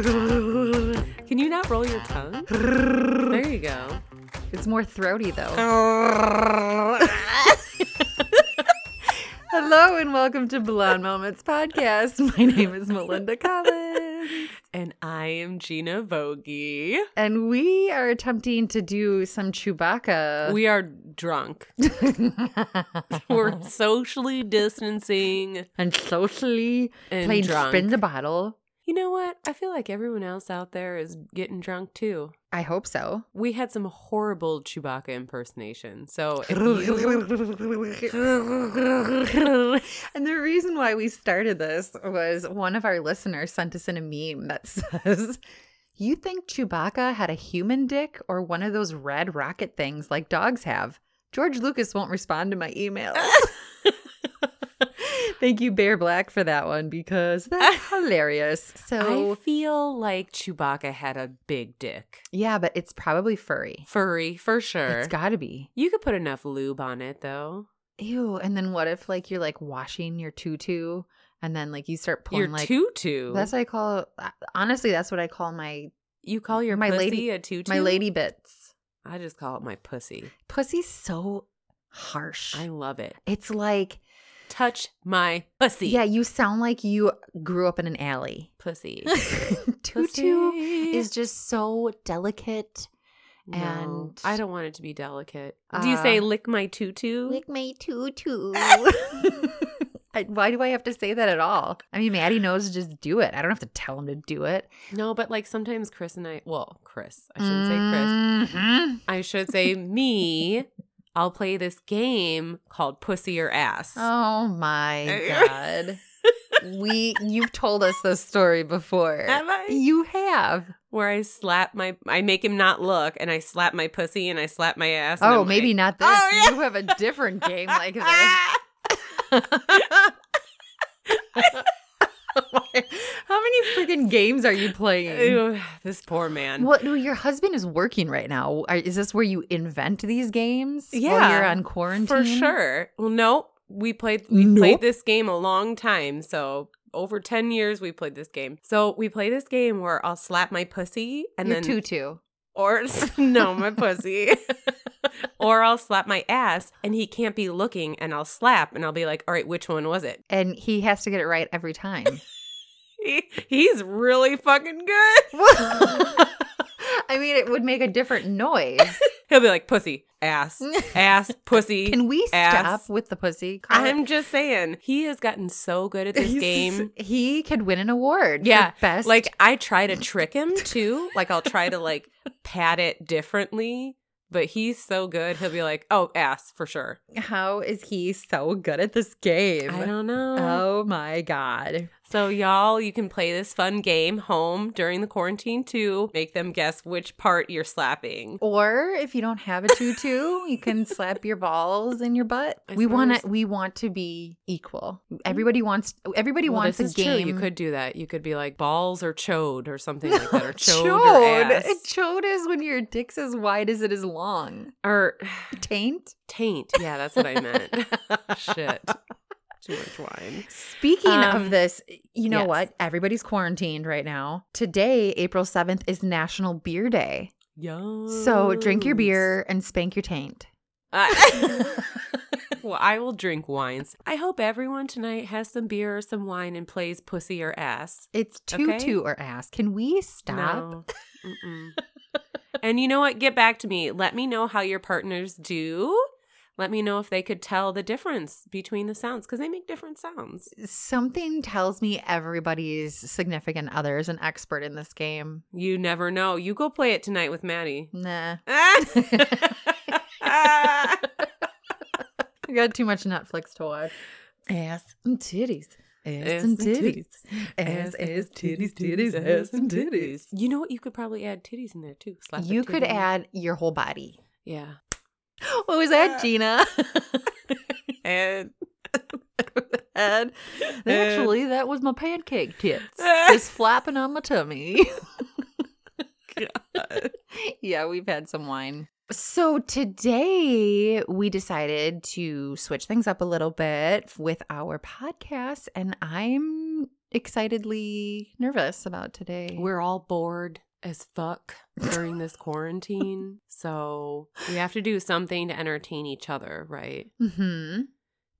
Can you not roll your tongue? There you go. It's more throaty Uh. though. Hello and welcome to Blonde Moments Podcast. My name is Melinda Collins. and I am Gina Vogie. And we are attempting to do some Chewbacca. We are drunk. We're socially distancing and socially and playing drunk. spin the bottle. you know what? I feel like everyone else out there is getting drunk too. I hope so. We had some horrible Chewbacca impersonation. So if you- and the reason why we started this was one of our listeners sent us in a meme that says, You think Chewbacca had a human dick or one of those red rocket things like dogs have? George Lucas won't respond to my emails. Thank you, Bear Black, for that one because that's hilarious. So, I feel like Chewbacca had a big dick. yeah, but it's probably furry. Furry, for sure. It's gotta be. you could put enough lube on it though. Ew. And then what if like you're like washing your tutu and then like you start pulling Your like tutu. that's what I call uh, honestly that's what I call my you call your my pussy lady- a tutu. my lady bits. I just call it my pussy. Pussy's so harsh. I love it. it's like Touch my pussy. yeah, you sound like you grew up in an alley. pussy. tutu Pussy. is just so delicate. No, and- I don't want it to be delicate. Do you say Uh, lick my tutu? Like my tutu. I, why do I have to say that at all? I mean, Maddie knows to just do it. I don't have to tell him to do it. no, but like sometimes Chris and I, well, Chris, I shouldn't say Chris. Mhm. I should say me. I'll play this game called Pussy or Ass. Oh my god. we you've told us this story before. Have I? You have. Where I slap my, I make him not look, and I slap my pussy and I slap my ass. and Oh, I'm maybe like, "Ah!" not this. Oh, yeah. You have a different game like this. How many freaking games are you playing? Ew, this poor man. What? No, your husband is working right now. Are- Is this where you invent these games? while Yeah, you're on quarantine For sure. Well, no, we played we Nope. played this game a long time. So over ten years we played this game. So we play this game where I'll slap my pussy and your then tutu. or no my pussy. or I'll slap my ass and he can't be looking and I'll slap and I'll be like, all right, which one was it? And he has to get it right every time. He, he's really fucking good. I mean, it would make a different noise. He'll be like, pussy, ass, ass, pussy. Can we Ass. stop with the pussy? Call it- I'm just saying, he has gotten so good at this He's- game. He could win an award. for Yeah, best. Like I try to trick him too. Like I'll try to like pat it differently, but he's so good. He'll be like, "Oh, ass for sure." how is he so good at this game? I don't know. Oh my god! So y'all, you can play this fun game home during the quarantine too. Make them guess which part you're slapping. Or if you don't have a tutu, you can slap your balls in your butt. I we want to. suppose. Mm-hmm. We want to be equal. Everybody wants. Everybody Well, wants this a is game. True. You could do that. You could be like balls or chode or something like that, or chode, or Chode. ass, Chode is when your dick's as wide as it is long. or Taint. taint. Yeah, that's what I meant. Shit, too much wine. Speaking Um, of this, you know yes. what? Everybody's quarantined right now. Today, April 7th, is National Beer Day. Yum. So drink your beer and spank your taint. I- well, I will drink wines. I hope everyone tonight has some beer or some wine and plays pussy or ass. It's tutu Okay. or ass. Can we stop? No. Mm-mm. and you know what? Get back to me. Let me know how your partners do. Let me know if they could tell the difference between the sounds because they make different sounds. Something tells me everybody's significant other is an expert in this game. You never know. You go play it tonight with Maddie. Nah. Ah! I got too much Netflix to watch. Ass and titties. Ass, Ass and and titties. titties. Ass, ass, titties, titties, ass and titties. You know what? You could probably add titties in there too. Slap a You could titty in. add your whole body. Uh, yeah. What was that, Gina? And and And- actually, that was my pancake tits just flapping on my tummy. yeah, we've had some wine. So today we decided to switch things up a little bit with our podcast, and I'm excitedly nervous about today. We're all bored as fuck during this quarantine. So we have to do something to entertain each other, right? hmm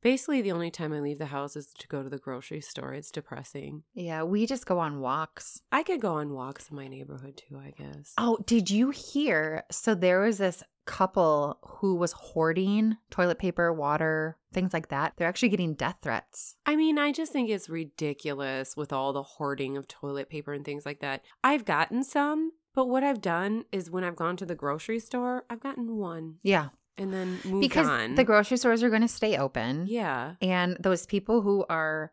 Basically, the only time I leave the house is to go to the grocery store. It's depressing. Yeah, we just go on walks. I could go on walks in my neighborhood too, I guess. Oh, did you hear? So there was this couple who was hoarding toilet paper, water, things like that. They're actually getting death threats. I mean, I just think it's ridiculous with all the hoarding of toilet paper and things like that. I've gotten some, but what I've done is when I've gone to the grocery store, I've gotten one Yeah, and then moved because on. the grocery stores are going to stay open. yeah. And those people who are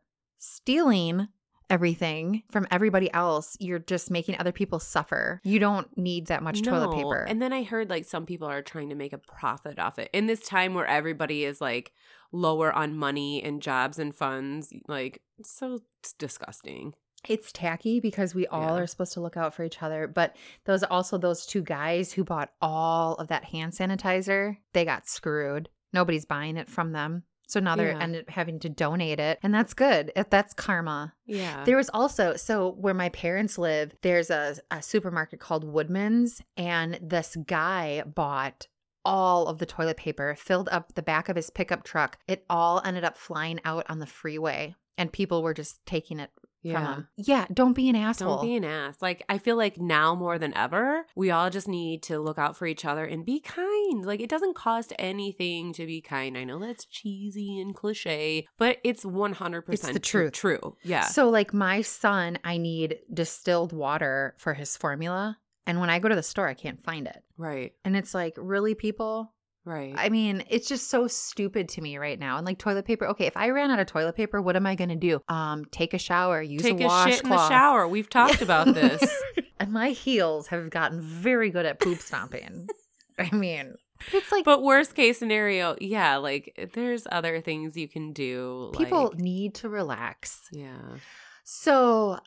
stealing everything from everybody else, you're just making other people suffer. You don't need that much toilet No. paper. And then I heard like some people are trying to make a profit off it. In this time where everybody is like lower on money and jobs and funds, like it's so it's disgusting. it's tacky because we all Yeah. are supposed to look out for each other. But those also those two guys who bought all of that hand sanitizer, they got screwed. Nobody's buying it from them. So now they're Yeah. ended up having to donate it. And that's good. If That's karma. Yeah. There was also so where my parents live, there's a, a supermarket called Woodman's, and this guy bought all of the toilet paper, filled up the back of his pickup truck. It all ended up flying out on the freeway, and people were just taking it from yeah. him. Yeah, don't be an asshole. Don't be an ass. Like I feel like now more than ever, we all just need to look out for each other and be kind. Like it doesn't cost anything to be kind. I know that's cheesy and cliche, but it's one hundred It's percent the truth. True. Yeah. So, like my son, I need distilled water for his formula, and when I go to the store, I can't find it. right. And it's like, really, people? Right. I mean, it's just so stupid to me right now. And like toilet paper. Okay, if I ran out of toilet paper, what am I going to do? Um, take a shower, use Take a a washcloth. shit in the shower. We've talked about this. and my heels have gotten very good at poop stomping. I mean, it's like But worst case scenario, yeah, like there's other things you can do. people like- need to relax. yeah. So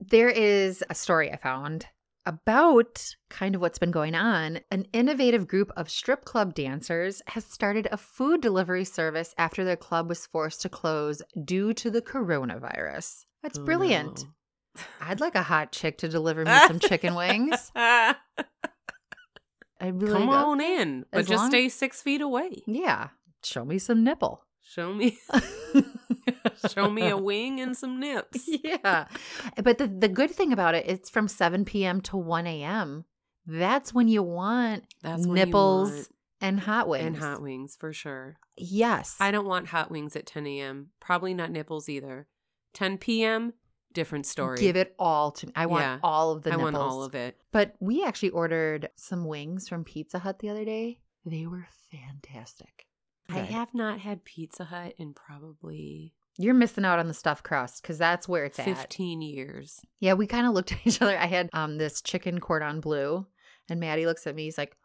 there is a story I found about kind of what's been going on. An innovative group of strip club dancers has started a food delivery service after their club was forced to close due to the coronavirus. That's Oh, brilliant. no. I'd like a hot chick to deliver me some chicken wings. I'd be Ah, Come like, on in, but As just long- stay six feet away. Yeah, show me some nipple. Show me, show me a wing and some nips. yeah. But the, the good thing about it, it's from 7 p.m. to 1 a.m. That's when you want That's what you Nipples want. and hot wings. and hot wings for sure. Yes. I don't want hot wings at 10 a.m. Probably not nipples either. 10 p.m. Different story. Give it all to me. I want Yeah. all of the I nipples. want all of it. But we actually ordered some wings from Pizza Hut the other day. They were fantastic. I Good. have not had Pizza Hut in probably You're missing out on the stuffed crust because that's where it's at. 15 years. Yeah, we kind of looked at each other. I had um this chicken cordon bleu, and Maddie looks at me. He's like,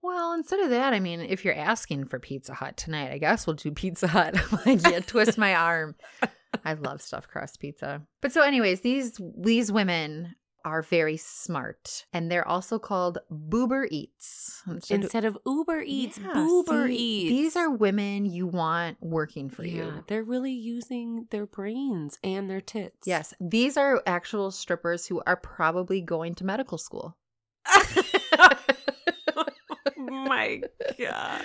"Well, instead of that, I mean, if you're asking for Pizza Hut tonight, I guess we'll do Pizza Hut." I'm like, "Yeah, twist my arm." I love stuffed crust pizza. But so, anyways, these these women are very smart, and they're also called boober eats. Instead of- Instead of Uber Eats, Yeah, Boober see, Eats. These are women you want working for you. Yeah, they're really using their brains and their tits. Yes, these are actual strippers who are probably going to medical school. my God.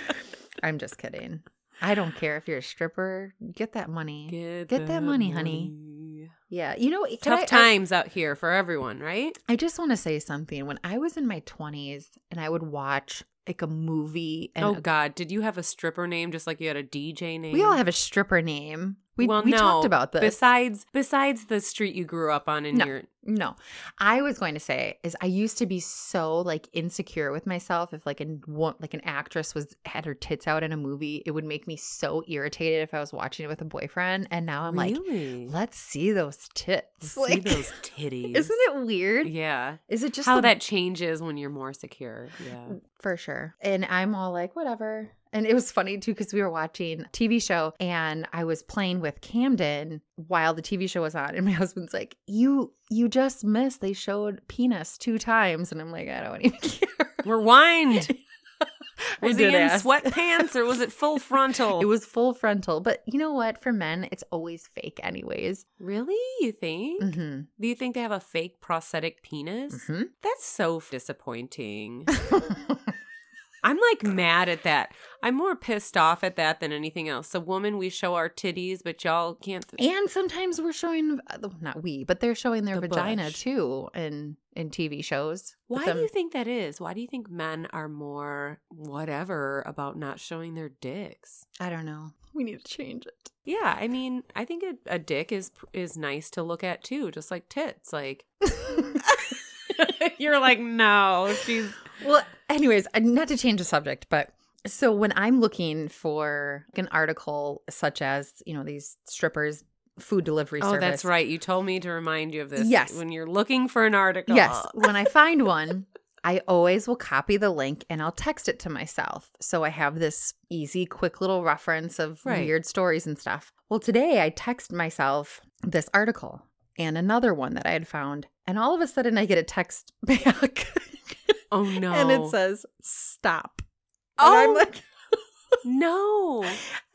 I'm just kidding. I don't care if you're a stripper. Get that money. Get, Get that money, honey. money. yeah, you know, can Tough I- I- times out here for everyone, right? I just want to say something. When I was in my 20s and I would watch like a movie, and oh God, did you have a stripper name just like you had a DJ name? we all have a stripper name. We, we talked about this. Besides, besides the street you grew up on in No. your No. I was going to say is I used to be so like insecure with myself if like an wo- like an actress was had her tits out in a movie, it would make me so irritated if I was watching it with a boyfriend and now I'm like, really? let's see those tits. See Like those titties, Isn't it weird? Yeah, Is it just how the- that changes when you're more secure. Yeah, for sure? And I'm all like, whatever. And it was funny too because we were watching a TV show and I was playing with Camden while the TV show was on, and my husband's like, "You you just missed. They showed penis two times," and I'm like, "I don't even care." rewind. I Was he did in ask. sweatpants or was it full frontal? It was full frontal, but you know what? For men, it's always fake, anyways. really. You think? hmm Do you think they have a fake prosthetic penis? hmm That's so f- disappointing. I'm like mad at that. I'm more pissed off at that than anything else. The woman, we show our titties, but y'all can't. and sometimes we're showing, uh, not we, but they're showing their The vagina bush. too in in TV shows. But Why them- do you think that is? Why do you think men are more whatever about not showing their dicks? I don't know. We need to change it. Yeah, I mean, I think a, a dick is is nice to look at too, just like tits. Like you're like, no, she's well, anyways, uh, not to change the subject, but so when I'm looking for like, an article such as, you know, these strippers food delivery oh, service. that's right. You told me to remind you of this. Yes. when you're looking for an article. Yes, when I find one, I always will copy the link and I'll text it to myself. So I have this easy, quick little reference of Right. weird stories and stuff. Well, today I text myself this article and another one that I had found, and all of a sudden I get a text back Oh no. and it says, "Stop." And oh I'm like, no.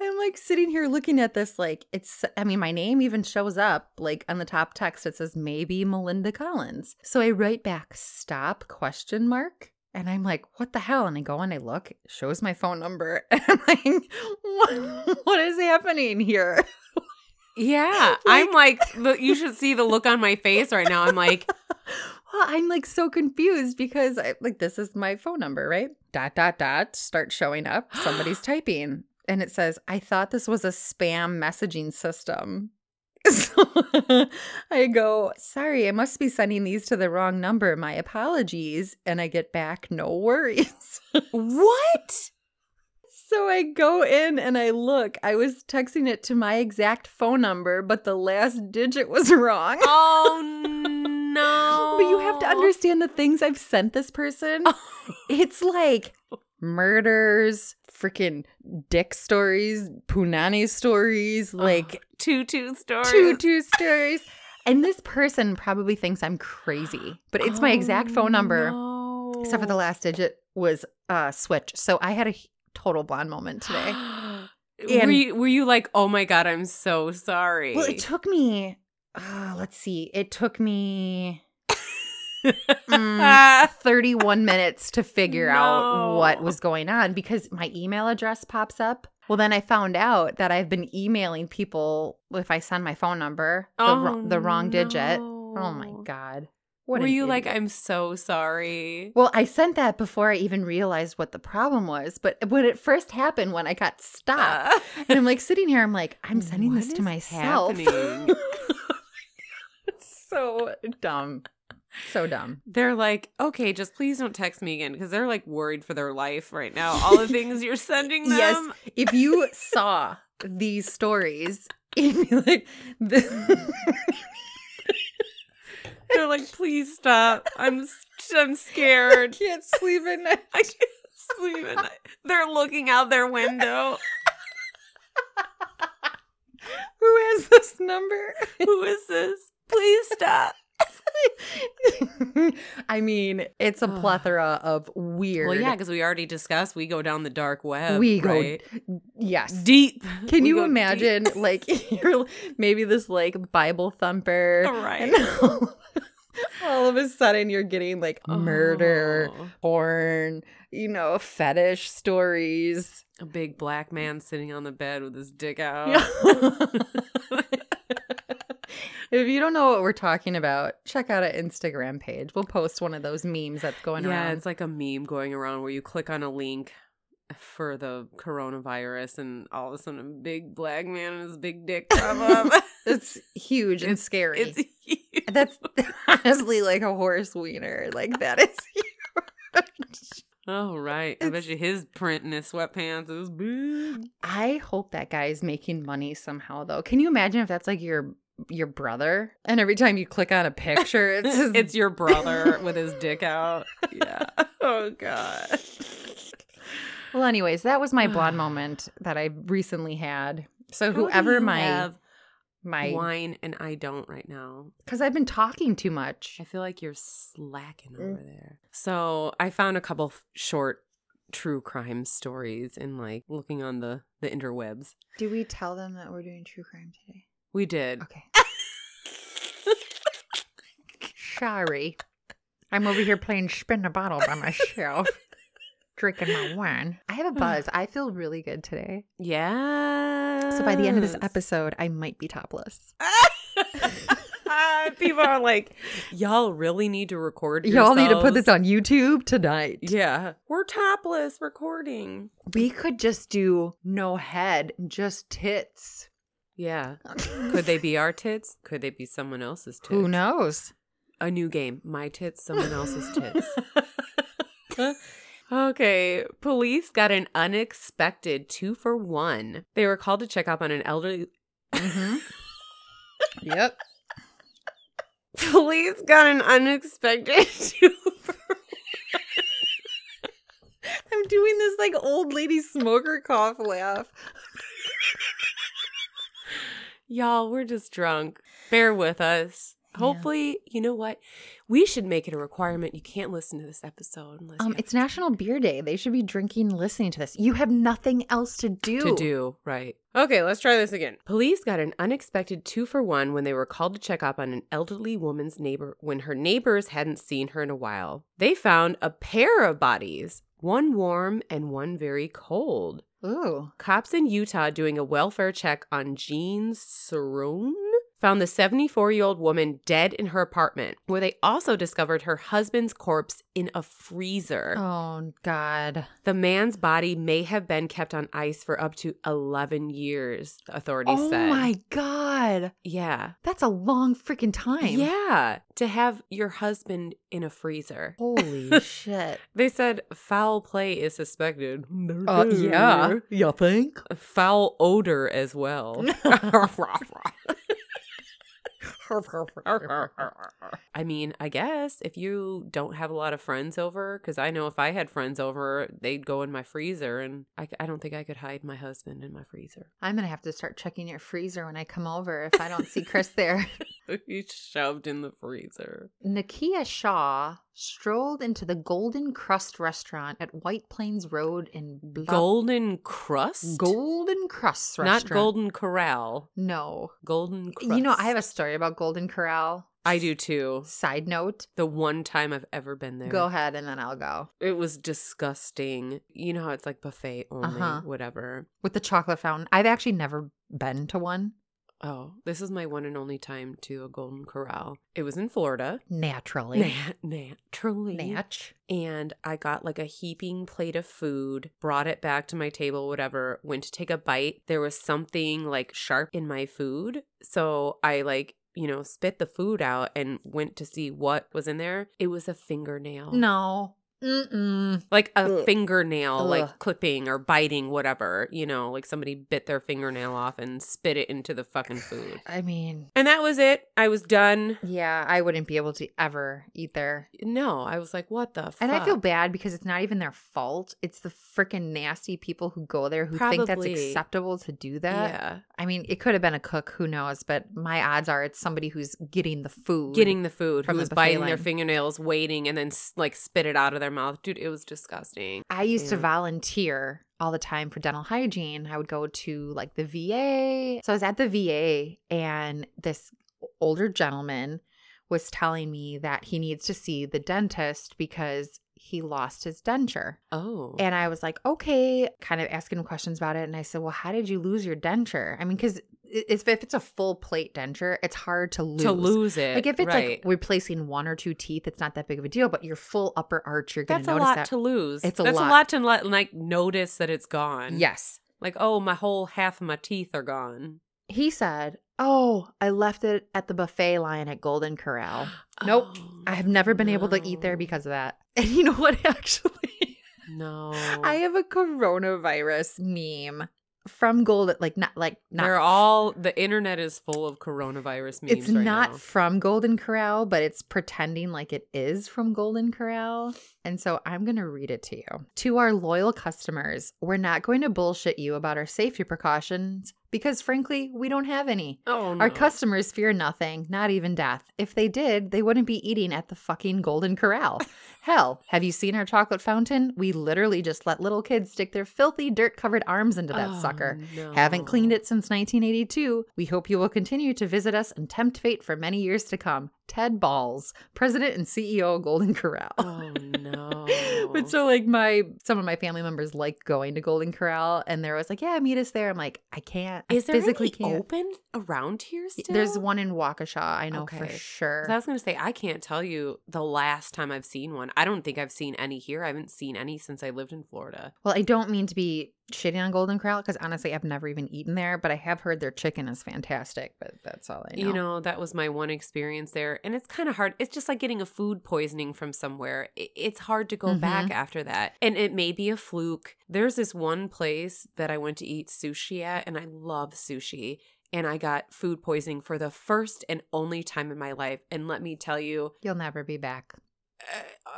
I'm like sitting here looking at this, like it's. I mean, my name even shows up like on the top text. It says maybe Melinda Collins. So I write back, stop question mark, and I'm like, what the hell? And I go and I look, it shows my phone number, and I'm like, what, what is happening here? Yeah, I'm like, the, you should see the look on my face right now. I'm like, Well, I'm like so confused because I like this is my phone number, right? Dot dot dot start showing up. Somebody's typing. And it says, I thought this was a spam messaging system. So I go, sorry, I must be sending these to the wrong number. My apologies. And I get back, no worries. what? so I go in and I look. I was texting it to my exact phone number, but the last digit was wrong. Oh no! But you have to understand the things I've sent this person. It's like murders, freaking dick stories, punani stories, like two two stories. two two stories. And this person probably thinks I'm crazy, but it's my Oh, exact phone number, no. except for the last digit was uh switch. So I had a h- total blonde moment today. were And- you were you like, oh my god, I'm so sorry? Well, it took me. Uh, let's see. It took me mm, Ah, 31 minutes to figure out what No. was going on because my email address pops up. Well, then I found out that I've been emailing people if I send my phone number, the, wro- the wrong digit. Oh my Oh, no. God. Were an you like, idiot. I'm so sorry? Well, I sent that before I even realized what the problem was. But when it first happened, when I got stopped, Uh, and I'm like sitting here, I'm like, I'm sending what this is to myself. happening? It's so dumb. So dumb. they're like, okay, just please don't text me again because they're like worried for their life right now. All the things you're sending them. Yes. if you saw these stories, you'd be like, this- They're like, please stop. I'm s- I'm I scared. can't sleep at night. I can't sleep at night. They're looking out their window. Who has this number? Who is this? Please stop. I mean, it's a Ugh. plethora of weird. Well, yeah, because we already discussed we go down the dark web. We go right? Yes. deep. Can We you go deep. imagine, like, you're maybe this, like, Bible thumper? Right. And all, all of a sudden, you're getting, like, murder, Oh, porn, you know, fetish stories. a big black man sitting on the bed with his dick out. if you don't know what we're talking about, check out our Instagram page. We'll post one of those memes that's going yeah, around. it's like a meme going around where you click on a link for the coronavirus, and all of a sudden, a big black man and his big dick come up. It's, huge and scary. it's huge. that's honestly like a horse wiener. Like that is huge. Oh right, I bet It's- you his print in his sweatpants is big. I hope that guy is making money somehow though. Can you imagine if that's like your your brother and every time you click on a picture it's his it's your brother with his dick out. Yeah. Oh god. Well, anyways, that was my blonde moment that I recently had. How So do whoever you my have my wine and I don't right now. because I've been talking too much. I feel like you're slacking Mm. over there. So I found a couple f- short true crime stories and like looking on the the interwebs. Do we tell them that we're doing true crime today? We did. Okay. Sorry. I'm over here playing spin the bottle by myself, drinking my wine. I have a buzz. I feel really good today. Yeah. So by the end of this episode, I might be topless. people are like, y'all really need to record. Y'all need to yourselves." put this on YouTube tonight. Yeah, we're topless recording. We could just do no head, just tits. Yeah, could they be our tits? Could they be someone else's tits? Who knows? A new game: my tits, someone else's tits. Okay, police got an unexpected two for one. They were called to check up on an elderly Mm-hmm. yep. Police got an unexpected two for I'm doing this like old lady smoker cough laugh. Y'all, we're just drunk. Bear with us. Yeah. Hopefully, you know what? We should make it a requirement. You can't listen to this episode unless Um, you it's National Beer Day. They should be drinking, listening to this. You have nothing else to do. have to do. Right. Okay, let's try this again. Police got an unexpected two for one when they were called to check up on an elderly woman's neighbor when her neighbors hadn't seen her in a while. They found a pair of bodies, one warm and one very cold. Ooh. Cops in Utah doing a welfare check on Jean Cerrone found the 74 year old woman dead in her apartment, where they also discovered her husband's corpse in a freezer. Oh God. The man's body may have been kept on ice for up to 11 years, the authorities oh said. my God. Yeah. That's a long freaking time. Yeah. To have your husband in a freezer. Oh. Holy shit. They said foul play is suspected. Uh, You think? Foul odor as well. I mean, I guess if you don't have a lot of friends over, because I know if I had friends over, they'd go in my freezer, and I, I don't think I could hide my husband in my freezer. I'm gonna have to start checking your freezer when I come over if I don't see Chris there. He's shoved in the freezer. Nakia Shaw strolled into the Golden Crust restaurant at White Plains Road in Blo- Golden crust? Golden Crust restaurant. Not Golden Corral. No. Golden crust. You know, I have a story about Golden Corral. I do too. Side note. The one time I've ever been there. Go ahead and then I'll go. It was disgusting. You know how it's like buffet only, Uh-huh. whatever. With the chocolate fountain. I've actually never been to one. Oh, this is my one and only time to a Golden Corral. It was in Florida. Naturally. Nat- naturally. Natch. and I got like a heaping plate of food, brought it back to my table, whatever, went to take a bite. There was something like sharp in my food. So I like, you know, spit the food out and went to see what was in there. It was a fingernail. No. Mm-mm. Like a Ugh. fingernail, Ugh. like clipping or biting, whatever, you know, like somebody bit their fingernail off and spit it into the fucking food. I mean, And that was it. I was done. yeah, I wouldn't be able to ever eat there. No, I was like, what the fuck? And I feel bad because it's not even their fault. It's the freaking nasty people who go there who think that's Probably. acceptable to do that. Yeah. I mean, it could have been a cook, who knows? But my odds are it's somebody who's getting the food. getting the food from who the was buffet biting their line. fingernails waiting and then s- like spit it out of their mouth dude it was disgusting I used to Yeah. volunteer all the time for dental hygiene. I would go to like the VA. So I was at the VA, and this older gentleman was telling me that he needs to see the dentist because he lost his denture. oh And I was like, okay, kind of asking him questions about it. And I said, well, how did you lose your denture? I mean, because if if it's a full plate denture, it's hard to lose. to lose it Like if it's right. like replacing one or two teeth, it's not that big of a deal. But your full upper arch, you're going that's to a notice lot that. to lose It's a that's lot. a lot to let, like notice that it's gone yes, like oh my whole half of my teeth are gone he said. Oh, I left it at the buffet line at Golden Corral. Nope. Oh, I have never been able to eat there no. because of that. And you know what? Actually, no I have a coronavirus meme from Golden, like not like not they're all the internet is full of coronavirus memes it's right not now. from Golden Corral, but it's pretending like it is from Golden Corral. And so I'm going to read it to you. To our loyal customers, we're not going to bullshit you about our safety precautions Because frankly, we don't have any. Oh, Our customers fear nothing, not even death. If they did, they wouldn't be eating at the fucking Golden Corral. Hell, have you seen our chocolate fountain? We literally just let little kids stick their filthy, dirt covered arms into that Oh, sucker. Haven't cleaned it since 1982. We hope you will continue to visit us and tempt fate for many years to come. Ted Balls, President and CEO of Golden Corral. Oh no! Oh. but so like my some of my family members like going to Golden Corral and they're always like, Yeah, meet us there. I'm like, I can't. I is there physically physically can't. open around here? Still? There's one in Waukesha, I know for Okay. sure. 'Cause I was going to say, I can't tell you the last time I've seen one. I don't think I've seen any here. I haven't seen any since I lived in Florida. well, I don't mean to be shitting on Golden Corral because honestly I've never even eaten there, but I have heard their chicken is fantastic, but that's all I know. You know, that was my one experience there. And it's kind of hard. It's just like getting a food poisoning from somewhere. I- It's hard to go back after that. And it may be a fluke. There's this one place that I went to eat sushi at, and I love sushi. And I got food poisoning for the first and only time in my life. And let me tell you, You'll never be back.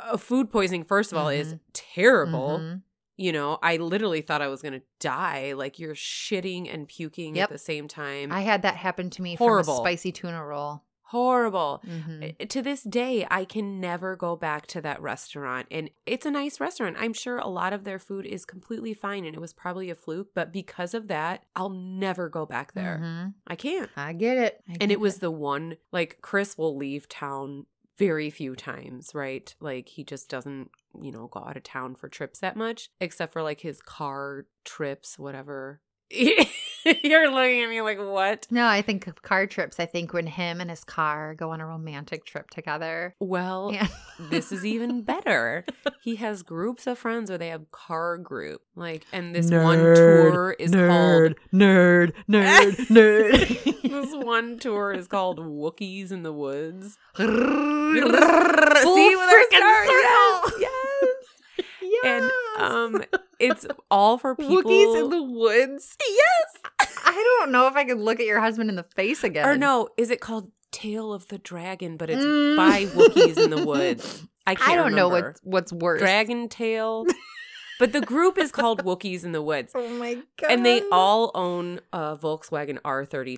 uh, food poisoning, first of all, is terrible. Mhm. you know, I literally thought I was going to die. Like you're shitting and puking Yep. at the same time. I had that happen to me Mm. Horrible. from a spicy tuna roll. Horrible. Mhm. I- To this day, I can never go back to that restaurant. And it's a nice restaurant. I'm sure a lot of their food is completely fine and it was probably a fluke. But because of that, I'll never go back there. Mhm. I can't. I get it. I And get it was the one, like, Chris will leave town very few times, right? Like, he just doesn't, you know, go out of town for trips that much, except for like his car trips, whatever. You're looking at me like, what? No, I think of car trips. I think when him and his car go on a romantic trip together. Well, Yeah. this is even better. He has groups of friends where they have car group. Like, and this one Nerd, tour is called nerd, nerd, nerd. this one tour is called Wookiees in the Woods. See See where they're Yes. starting? yes. And um it's all for people Wookiees in the woods. Yes. I don't know if I could look at your husband in the face again. Or no, is it called Tale of the Dragon? But it's Mm. by Wookiees in the Woods. I can't I don't know remember. what's what's worse. Dragon Tale. but the group is called Wookiees in the Woods. Oh my god. And they all own uh, Volkswagen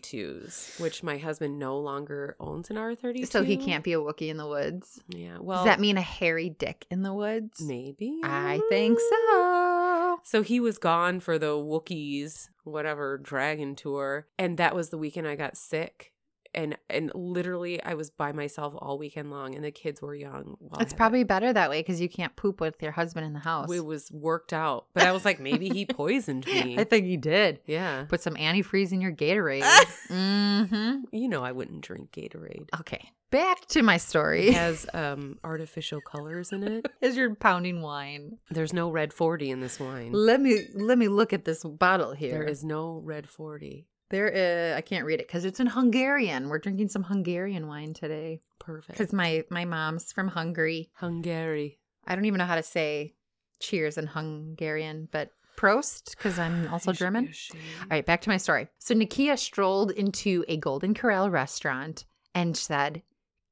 R32s, which my husband no longer owns an R32. So he can't be a Wookiee in the woods. Yeah. Well, Does that mean a hairy dick in the woods? maybe. I think so. So he was gone for the Wookiees, whatever dragon tour, and that was the weekend I got sick. And and literally, I was by myself all weekend long, and the kids were young. while I It's had probably better that way because you can't poop with your husband in the house. that. it was worked out. But I was like, maybe he poisoned me. I think he did. yeah, Put some antifreeze in your Gatorade. mm-hmm. you know, I wouldn't drink Gatorade. Okay. Back to my It story. has um, artificial colors in it. As you're pounding wine, There's no red forty in this wine. let me let me look at this bottle here. There is no red forty. there is I can't read it because it's in Hungarian. We're drinking some Hungarian wine today because Perfect. my my mom's from Hungary. Hungary. I don't even know how to say cheers in Hungarian, but Prost because I'm also You should be German. ashamed. All right, back to my story. So Nakia strolled into a Golden Corral restaurant and said,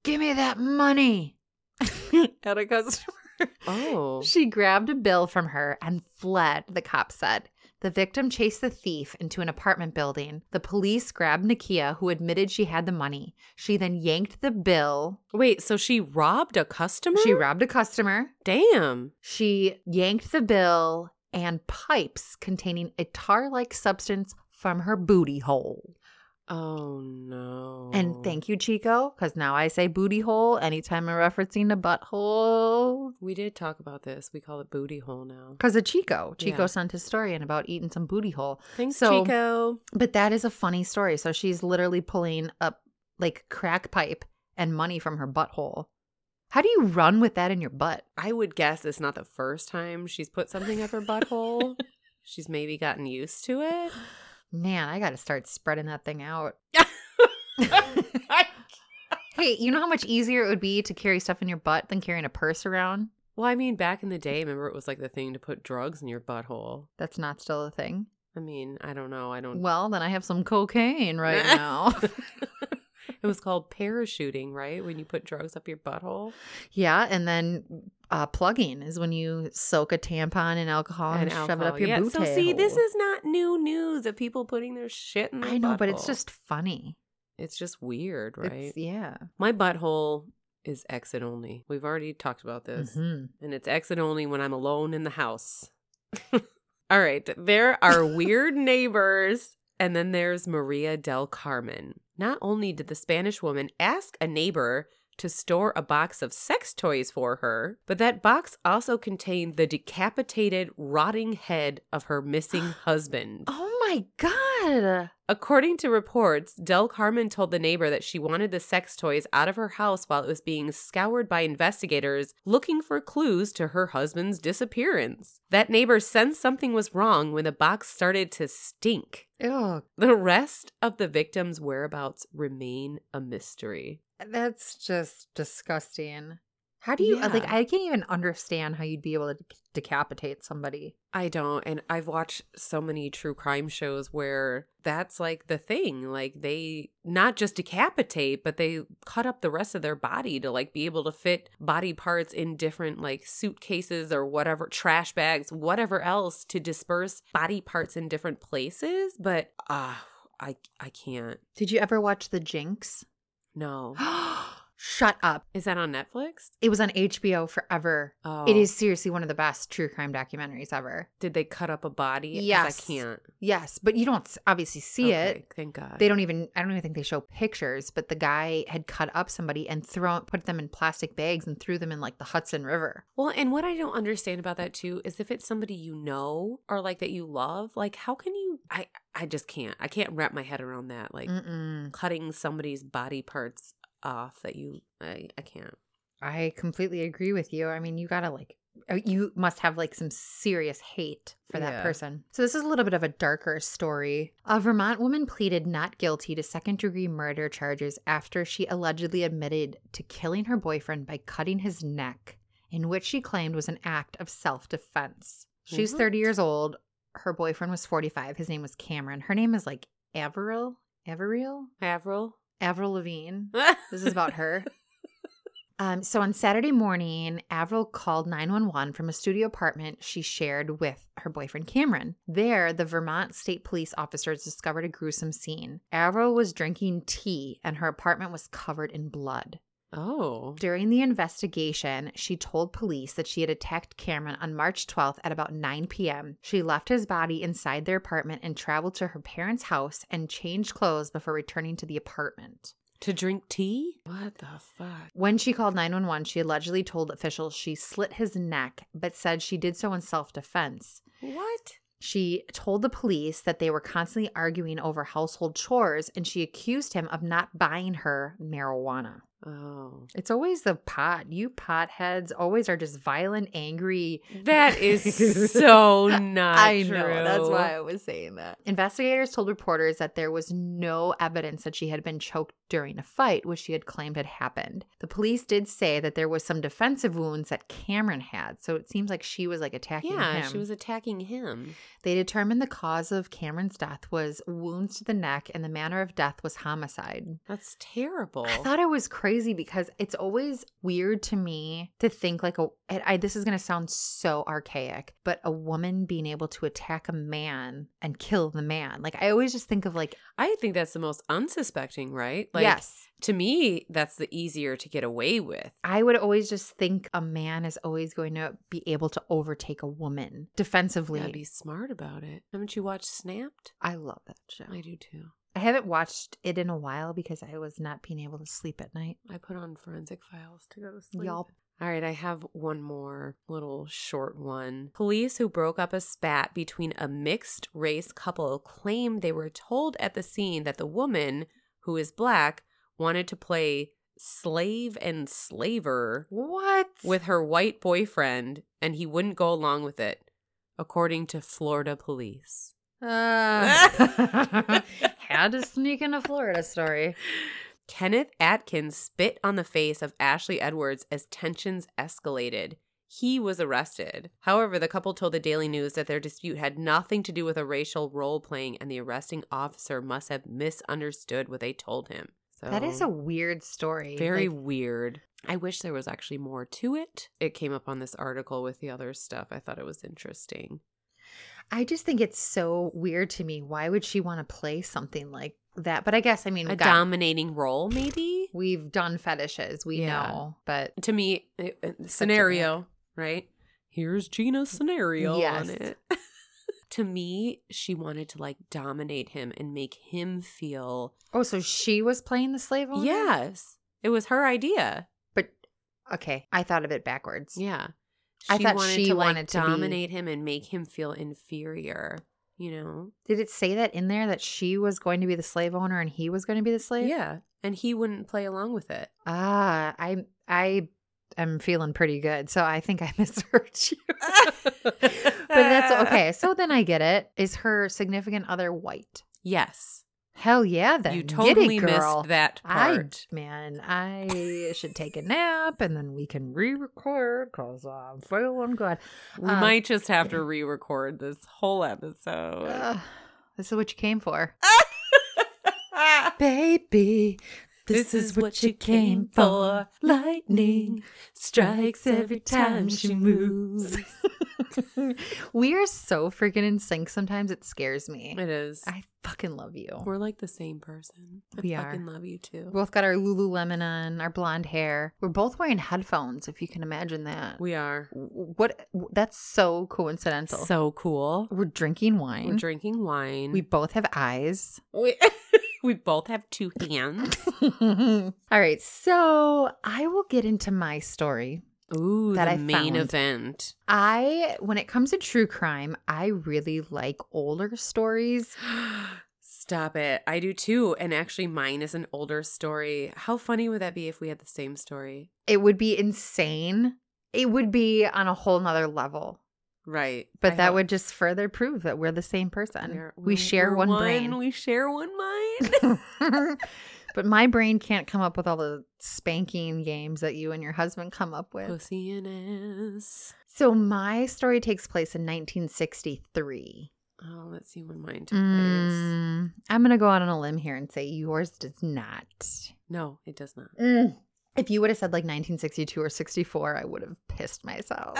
Give me that money at a customer. Oh, She grabbed a bill from her and fled, the cop said. The victim chased the thief into an apartment building. The police grabbed Nakia, who admitted she had the money. She then yanked the bill. wait. So she robbed a customer. She robbed a customer. Damn. She yanked the bill and pipes containing a tar like substance from her booty hole. Oh no. And thank you, Chico, because now I say booty hole anytime I'm referencing a butthole. we did talk about this. We call it booty hole now. Because of Chico. Chico Yeah. sent his story in about eating some booty hole. Thanks, So- Chico. But that is a funny story. So she's literally pulling up like crack pipe and money from her butthole. How do you run with that in your butt? I would guess it's not the first time she's put something up her butthole. she's maybe gotten used to it. Man, I got to start spreading that thing out. hey, you know how much easier it would be to carry stuff in your butt than carrying a purse around? well, I mean, back in the day, remember it was like the thing to put drugs in your butthole. That's not still a thing. Mm. I mean, I don't know. I don't. Well, then I have some cocaine right now. It was called parachuting, right? When you put drugs up your butthole Yeah, and then uh, plugging is when you soak a tampon in alcohol Oh, and, shove it up your yeah. boot. So see, this hole. is not new news of people putting their shit in. Their I know, but it's butthole. just funny. it's just weird, right? It's, yeah. My butthole is exit only. We've already talked about this. Mhm. and it's exit only when I'm alone in the house. All right, there are weird neighbors, and then there's Maria del Carmen. Not only did the Spanish woman ask a neighbor to store a box of sex toys for her, but that box also contained the decapitated, rotting head of her missing husband. Oh my god. According to reports, Del Carmen told the neighbor that she wanted the sex toys out of her house while it was being scoured by investigators looking for clues to her husband's disappearance. That neighbor sensed something was wrong when the box started to stink. Ugh. The rest of the victim's whereabouts remain a mystery. That's just disgusting. How do you uh, like? Yeah. I can't even understand how you'd be able to dec- decapitate somebody. I don't. And I've watched so many true crime shows where that's like the thing. Like they not just decapitate, but they cut up the rest of their body to like be able to fit body parts in different like suitcases or whatever, trash bags, whatever else to disperse body parts in different places. But ah, I I can't. Did you ever watch The Jinx? No. Shut up. Is that on Netflix? It was on HBO forever. Oh. It is seriously one of the best true crime documentaries ever. Did they cut up a body? 'Cause Yes. I can't. Yes, but you don't s- obviously see it. Okay, Thank God. They don't even I don't even think they show pictures, but the guy had cut up somebody and thrown put them in plastic bags and threw them in like the Hudson River. Well, and what I don't understand about that too is if it's somebody you know or like that you love, like how can you I I just can't. I can't wrap my head around that Mm. like Mm-mm. cutting somebody's body parts off that you I, I can't. I completely agree with you. I mean, you gotta like, uh, you must have like some serious hate for that Yeah. person. So, this is a little bit of a darker story. A Vermont woman pleaded not guilty to second degree murder charges after she allegedly admitted to killing her boyfriend by cutting his neck, in which she claimed was an act of self defense. She's 30 What? years old. Her boyfriend was 45. His name was Cameron. Her name is like Averill, Averill, Avril. Avril Levine. This is about her. Um, so on Saturday morning, Avril called 911 from a studio apartment she shared with her boyfriend Cameron. There, the Vermont State Police officers discovered a gruesome scene. Avril was drinking tea, and her apartment was covered in blood. Oh. During the investigation, she told police that she had attacked Cameron on March 12th at about 9 p.m. She left his body inside their apartment and traveled to her parents' house and changed clothes before returning to the apartment. To drink tea? What the fuck? When she called 911, she allegedly told officials she slit his neck, but said she did so in self defense. What? She told the police that they were constantly arguing over household chores, and she accused him of not buying her marijuana. Oh. It's always the pot. You potheads always are just violent, angry. That is so not true. was saying that. Investigators told reporters that there was no evidence that she had been choked during a fight, which she had claimed had happened. The police did say that there was some defensive wounds that Cameron had, so it seems like she was like attacking Yeah, him. she was attacking him. They determined the cause of Cameron's death was wounds to the neck, and the manner of death was homicide. That's terrible. I thought it was crazy because it's always weird to me to think like a. and I, this is going to sound so archaic, but a woman being able to attack a man and kill the man. Like I always just think of like, I think that's the most unsuspecting, right? Like yes, to me, that's the easier to get away with. I would always just think a man is always going to be able to overtake a woman defensively. Gotta be smart about it. Haven't you watched Snapped? I love that show. I do too. I haven't watched it in a while because I was not being able to sleep at night. I put on forensic files to go to sleep. Y'all- All right, I have one more little short one. Police who broke up a spat between a mixed race couple claim they were told at the scene that the woman, who is black, wanted to play slave and slaver What? with her white boyfriend and he wouldn't go along with it, according to Florida police. Uh, had to sneak in a Florida story. Kenneth Atkins spit on the face of Ashley Edwards as tensions escalated. He was arrested. However, the couple told the Daily News that their dispute had nothing to do with a racial role playing and the arresting officer must have misunderstood what they told him. So So That is a weird story. very Like, weird. I wish there was actually more to it. It came up on this article with the other stuff. I thought it was interesting. I just think it's so weird to me. Why would she want to play something like that? But I guess I mean A God, dominating role, maybe? we've done fetishes, we Yeah. know, but To me, it, it- scenario, right? Here's Gina's scenario Yes. on it. to me, she wanted to like dominate him and make him feel. oh, so she was playing the slave owner? Yes. It was her idea. But okay, I thought of it backwards. Yeah. I thought she like, wanted to be- dominate him and make him feel inferior, you know? Did it say that in there that she was going to be the slave owner and he was going to be the slave? Yeah. And he wouldn't play along with it. Ah, I I am feeling pretty good, so I think I misheard you. but but that's okay. So then I get it. Is her significant other white? Yes. Hell yeah, then you Get it, totally girl. missed that I part. man, I should take a nap and then we can re-record because I'm feeling good. we um, might just have to re record this whole episode. Ugh, this is what you came for, baby. This, is, what, you came for. Lightning strikes every time she moves. we are so freaking in sync. Sometimes it scares me. it is. I fucking love you. We're like the same person. I We fucking love you too. We both got our Lululemon on, our blonde hair. We're both wearing headphones, if you can imagine that. we are. what? That's so coincidental. So cool. we're drinking wine. We're drinking wine. we both have eyes. we, we both have two hands. All right, so I will get into my story. Ooh, That the I main found. event. I, when it comes to true crime, I really like older stories. Stop it. I do too. And actually, mine is an older story. How funny would that be if we had the same story? It would be insane. It would be on a whole nother level. Right. But I that hope would just further prove that we're the same person. we're- we we're- share we're one, brain. We share one mind. but my brain can't come up with all the spanking games that you and your husband come up with. Pussy and ass. So my story takes place in 1963. Oh, let's see when mine took place. Mm, I'm going to go out on a limb here and say yours does not. No, it does not. Mm. If you would have said like 1962 or 64, I would have pissed myself.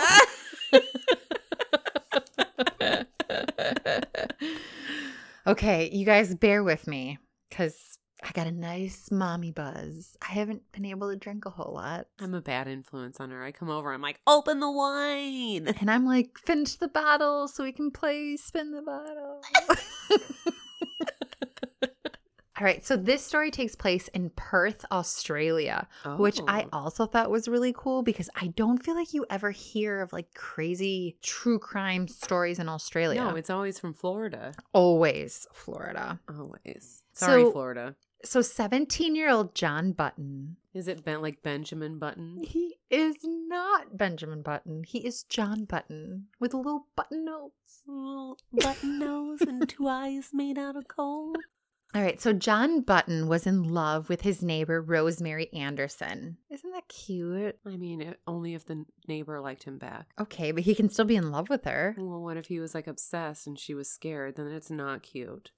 okay, you guys bear with me because I got a nice mommy buzz. I haven't been able to drink a whole lot. I'm a bad influence on her. I come over, I'm like, open the wine. and I'm like, finish the bottle so we can play spin the bottle. All right, so this story takes place in Perth, Australia, which I Oh. also thought was really cool because I don't feel like you ever hear of like crazy true crime stories in Australia. No, it's always from Florida. always Florida. Always. Sorry, So- Florida. So 17-year-old John Button, Is it ben- like Benjamin Button? he is not Benjamin Button. He is John Button with a little button nose. little Oh, button nose and two eyes made out of coal. All right, so John Button was in love with his neighbor Rosemary Anderson. Isn't that cute? I mean, it- only if the neighbor liked him back. Okay, but he can still be in love with her. Well, what if he was like obsessed and she was scared? Then it's not cute.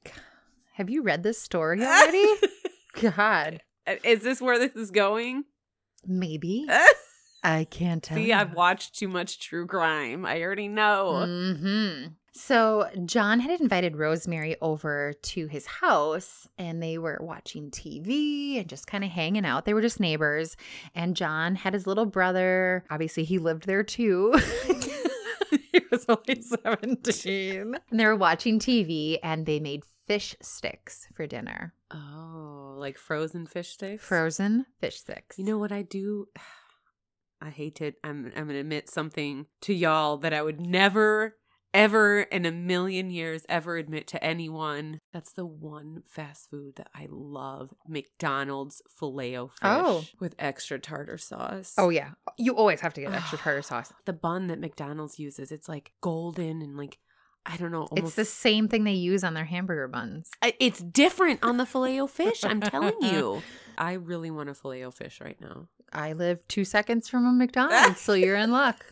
Have you read this story already? God, Uh, is this where this is going? maybe. I can't tell. See, I've watched too much true crime. I already know. hmm So John had invited Rosemary over to his house, and they were watching TV and just kind of hanging out. They were just neighbors, and John had his little brother. Obviously, he lived there too. he was only seventeen, and they were watching TV, and they made fish sticks for dinner. Oh, like frozen fish sticks. Frozen fish sticks. You know what I do? I hate it. I'm I'm gonna admit something to y'all that I would never, ever in a million years ever admit to anyone. That's the one fast food that I love: McDonald's filet o fish Oh. with extra tartar sauce. Oh yeah, you always have to get extra tartar sauce. the bun that McDonald's uses. It's like golden and like I don't know. It's Almost, the same thing they use on their hamburger buns. I- it's different on the filet o fish. I'm telling you. I really want a filet o fish right now. I live two seconds from a McDonald's, so you're in luck.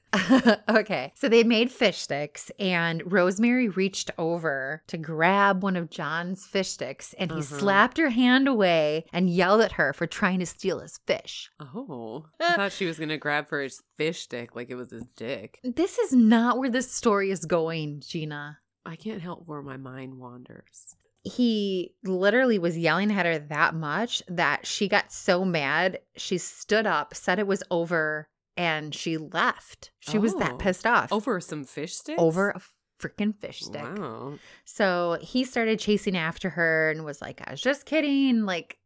okay. So they made fish sticks, and Rosemary reached over to grab one of John's fish sticks, and he Uh-huh. slapped her hand away and yelled at her for trying to steal his fish. Oh, I thought she was gonna grab for his fish stick like it was his dick. This is not where this story is going, Gina. I can't help where my mind wanders. He literally was yelling at her that much that she got so mad, she stood up, said it was over, and she left. She was Oh. that pissed off Over some fish sticks. over a freaking fish stick. Wow. So he started chasing after her and was like, I was just kidding. Like,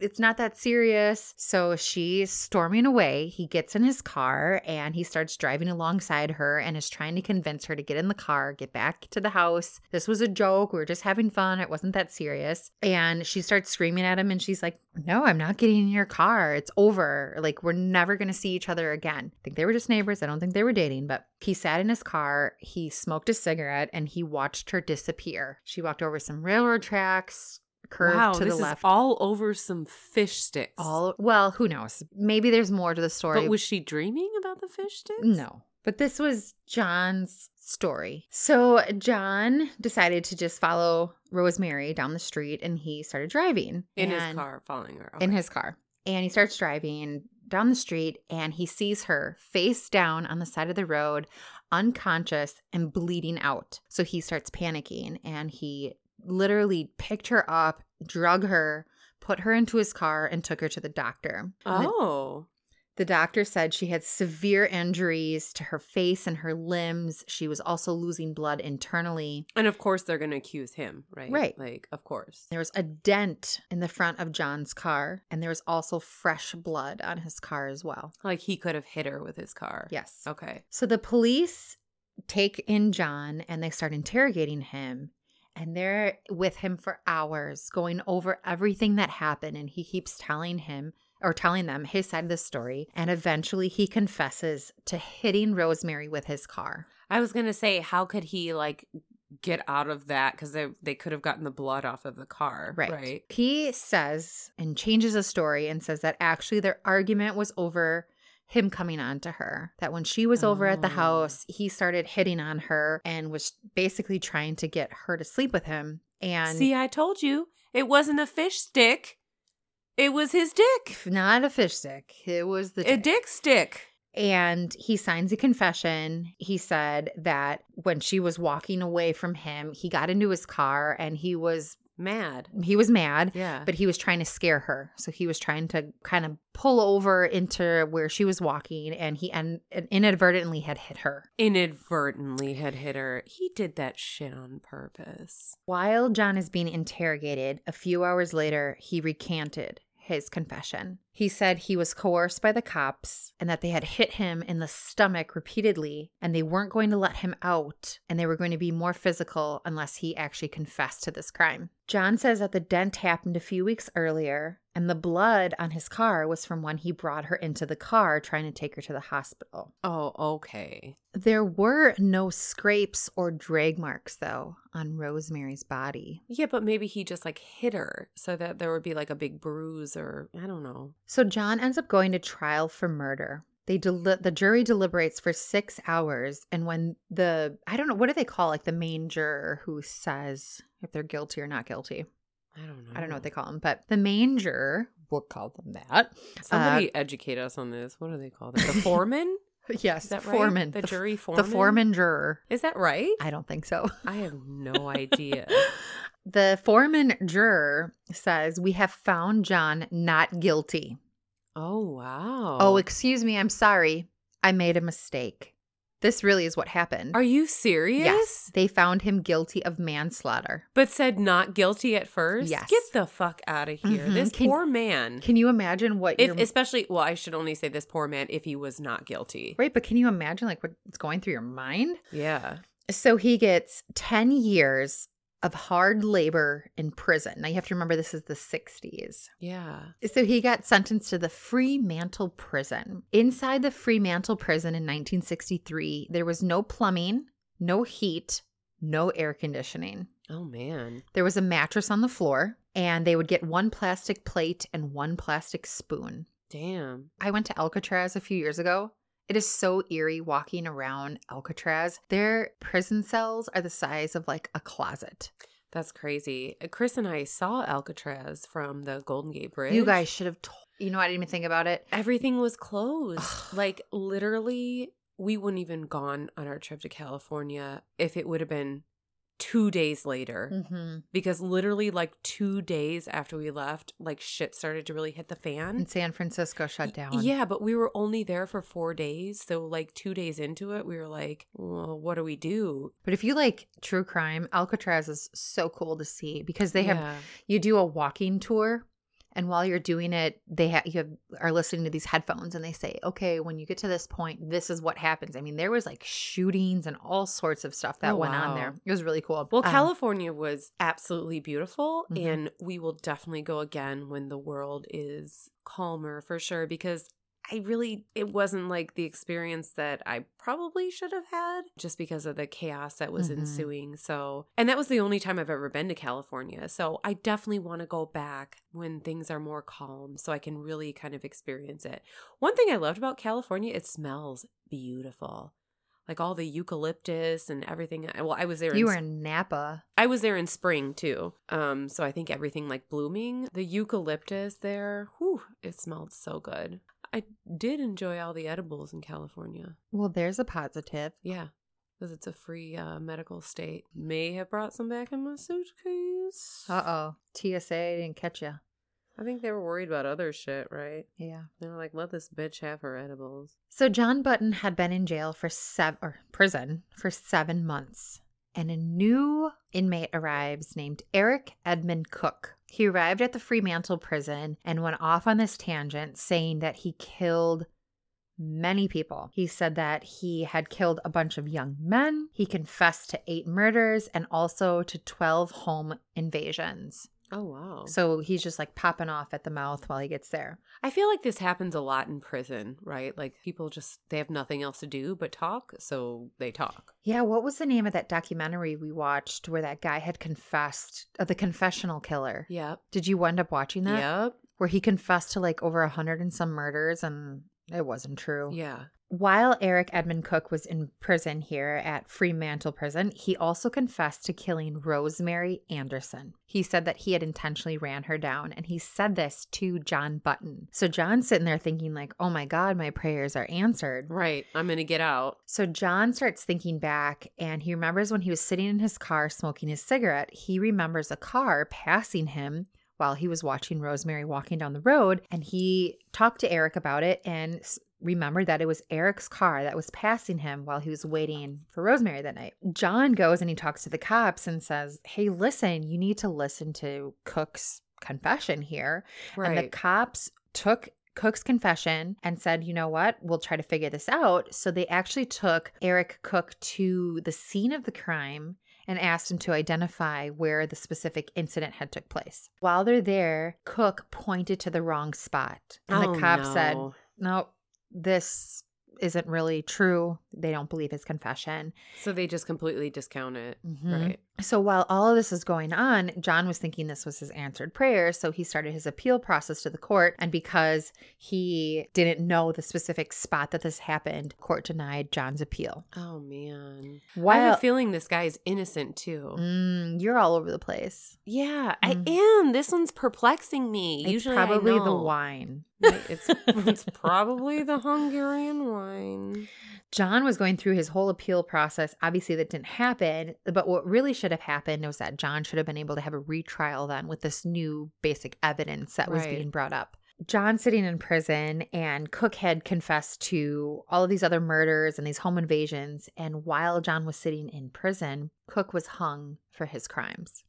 it's not that serious. So she's storming away. He gets in his car and he starts driving alongside her and is trying to convince her to get in the car, get back to the house. This was a joke. We were just having fun. It wasn't that serious. And she starts screaming at him and she's like, No, I'm not getting in your car. It's over. Like, we're never going to see each other again. I think they were just neighbors. I don't think they were dating, but he sat in his car. He smoked a cigarette and he watched her disappear. She walked over some railroad tracks. Curved wow, to this the left. is all over some fish sticks. All well, who knows? Maybe there's more to the story. But was she dreaming about the fish sticks? no. But this was John's story. So John decided to just follow Rosemary down the street and he started driving In his And- car, following her. In Okay. his car. And he starts driving down the street and he sees her face down on the side of the road, unconscious and bleeding out. So he starts panicking and he literally picked her up, drug her, put her into his car, and took her to the doctor. And the Oh. the doctor said she had severe injuries to her face and her limbs. She was also losing blood internally. And of course they're gonna accuse him, right? Right. Like, of course. There was a dent in the front of John's car, and there was also fresh blood on his car as well. Like he could have hit her with his car. Yes. Okay. So the police take in John and they start interrogating him. And they're with him for hours, going over everything that happened. And he keeps telling him or telling them his side of the story. And eventually he confesses to hitting Rosemary with his car. I was gonna say, how could he like get out of that? Because they they could have gotten the blood off of the car. Right. Right. He says and changes the story and says that actually their argument was over him coming on to her. That when she was over at the Oh. house, he started hitting on her and was basically trying to get her to sleep with him. And See, I told you it wasn't a fish stick. It was his dick. not a fish stick. It was the A dick stick. and he signs a confession. He said that when she was walking away from him, he got into his car and he was Mad. he was mad Yeah. but he was trying to scare her. So he was trying to kind of pull over into where she was walking, and he and inadvertently had hit her. inadvertently had hit her. He did that shit on purpose. While John is being interrogated, a few hours later, he recanted his confession. He said he was coerced by the cops and that they had hit him in the stomach repeatedly and they weren't going to let him out and they were going to be more physical unless he actually confessed to this crime. John says that the dent happened a few weeks earlier and the blood on his car was from when he brought her into the car trying to take her to the hospital. Oh, okay. There were no scrapes or drag marks, though, on Rosemary's body. Yeah, but maybe he just like hit her so that there would be like a big bruise or I don't know. So John ends up going to trial for murder. They deli- the jury deliberates for six hours, and when the I don't know what do they call like the main juror who says if they're guilty or not guilty. I don't know. I don't know what they call them, but the main juror we'll call them that. Somebody educate us on this. What do they call that? The foreman? Yes, Is that right? foreman, The the, f- jury foreman. the foreman juror. Is that right? I don't think so. I have no idea. the foreman juror says we have found John not guilty. oh wow. Oh, excuse me. I'm sorry. I made a mistake. This really is what happened. are you serious? Yes. They found him guilty of manslaughter. But said not guilty at first. Yes. Get the fuck out of here. Mhm. This Can- poor man. Can you imagine what if your especially well i should only say this poor man if he was not guilty right, but can you imagine like what's going through your mind? yeah So he gets 10 years of hard labor in prison. Now you have to remember this is the 60s. yeah So he got sentenced to the Fremantle prison. Inside the Fremantle prison in 1963, there was no plumbing, no heat, no air conditioning. oh man There was a mattress on the floor, and they would get one plastic plate and one plastic spoon. damn I went to Alcatraz a few years ago It is so eerie walking around Alcatraz. Their prison cells are the size of like a closet. That's crazy. Chris and I saw Alcatraz from the Golden Gate Bridge. You guys should have told. You know, I didn't even think about it. everything was closed. like literally, we wouldn't even gone on our trip to California if it would have been two days later. Mm-hmm. Because literally, like two days after we left, like shit started to really hit the fan. And San Francisco shut Y- down. Yeah, but we were only there for four days. So, like, two days into it, we were like, well, what do we do? But if you like true crime, Alcatraz is so cool to see because they have Yeah. you do a walking tour and while you're doing it they ha- you have, are listening to these headphones and they say okay when you get to this point this is what happens i mean there was like shootings and all sorts of stuff that Oh, went on wow. there it was really cool Well, Um, California was absolutely beautiful, Mhm. and we will definitely go again when the world is calmer for sure because. I really, it wasn't like the experience that I probably should have had just because of the chaos that was Mhm. ensuing. So, and that was the only time I've ever been to California. So, I definitely want to go back when things are more calm so I can really kind of experience it. One thing I loved about California, it smells beautiful. Like all the eucalyptus and everything. Well, I was there you in were in napa I was there in spring too. Um, so I think everything like blooming. The eucalyptus there, whew, it smelled so good. I did enjoy all the edibles in California. well there's a positive Yeah. Because it's a free uh, medical state. May have brought some back in my suitcase. uh-oh tsa didn't catch you I think they were worried about other shit, right? yeah They were like, let this bitch have her edibles. so john button had been in jail for seven or prison for seven months and a new inmate arrives named Eric Edmund Cook. He arrived at the Fremantle prison and went off on this tangent saying that he killed many people. He said that he had killed a bunch of young men. He confessed to eight murders and also to 12 home invasions. Oh, wow. So So he's just like popping off at the mouth while he gets there. I feel like this happens a lot in prison, right? Like people just, they have nothing else to do but talk. So they talk. Yeah, what was the name of that documentary we watched where that guy had confessed, uh, the confessional killer? Yep. Did you end up watching that? Yep. where he confessed to like over a hundred and some murders and it wasn't true. Yeah. While Eric Edmund Cook was in prison here at Fremantle Prison, he also confessed to killing Rosemary Anderson. He said that he had intentionally ran her down and he said this to John Button. So John's sitting there thinking like, "Oh my god, my prayers are answered." Right. I'm going to get out. So John starts thinking back and he remembers when he was sitting in his car smoking his cigarette, he remembers a car passing him while he was watching Rosemary walking down the road and he talked to Eric about it and s- remembered that it was Eric's car that was passing him while he was waiting for Rosemary that night. John goes and he talks to the cops and says, "Hey, listen, you need to listen to Cook's confession here." Right. And the cops took Cook's confession and said, you know what, we'll try to figure this out. So they actually took Eric Cook to the scene of the crime and asked him to identify where the specific incident had took place. While they're there, Cook pointed to the wrong spot. And the Oh, cop said, no. no, this isn't really true. They don't believe his confession. So they just completely discount it. Mhm. Right. So while all of this is going on, John was thinking this was his answered prayer. So he started his appeal process to the court. And because he didn't know the specific spot that this happened, court denied John's appeal. Oh, man. I have While a feeling this guy is innocent too. Mm, you're all over the place. Yeah, Mm. I am. This one's perplexing me. It's Usually, I probably the know. wine. It's, it's probably the Hungarian wine. John was going through his whole appeal process. Obviously, that didn't happen. But what really should have happened was that John should have been able to have a retrial then with this new basic evidence that was Right. being brought up. John sitting in prison, and Cook had confessed to all of these other murders and these home invasions. And while John was sitting in prison, Cook was hung for his crimes.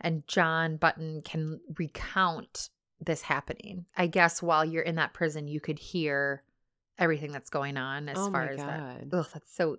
And John Button can recount this happening. I guess while you're in that prison, you could hear everything that's going on as oh far my as that god. Ugh, that's so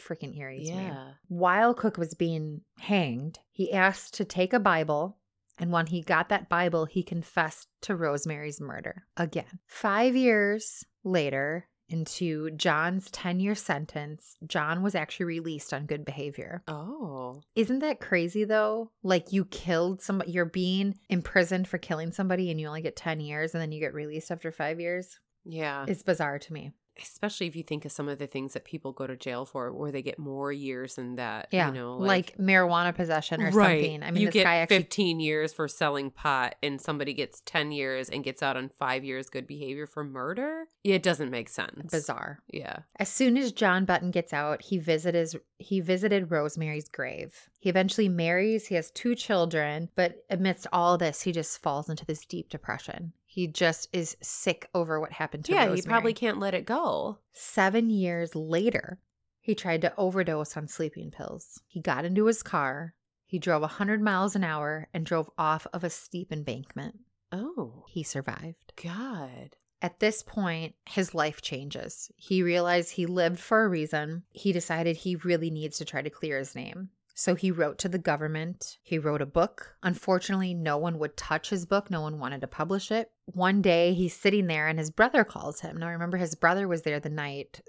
freaking eerie to me. Yeah. While Cook was being hanged, he asked to take a Bible, and when he got that Bible, he confessed to Rosemary's murder again. Five years later, into John's 10 year sentence, John was actually released on good behavior. Oh. Isn't that crazy though? Like you killed somebody, you're being imprisoned for killing somebody and you only get 10 years and then you get released after five years? Yeah. It's bizarre to me. especially if you think of some of the things that people go to jail for where they get more years than that. Yeah. You know, like, marijuana possession or something. I mean, you this get guy actually 15 years for selling pot and somebody gets 10 years and gets out on five years good behavior for murder. It doesn't make sense. bizarre. Yeah. As soon as John Button gets out, he visited he visited Rosemary's grave. He eventually marries, he has two children, but amidst all this, he just falls into this deep depression. He just is sick over what happened to yeah. Rosemary. You probably can't let it go. 7 years later, he tried to overdose on sleeping pills. He got into his car, he drove 100 miles an hour and drove off of a steep embankment. Oh, He survived. God. At this point, his life changes. He realized he lived for a reason. He decided he really needs to try to clear his name. So he wrote to the government. He wrote a book. Unfortunately, no one would touch his book. No one wanted to publish it. One day, he's sitting there and his brother calls him. Now, remember, his brother was there the night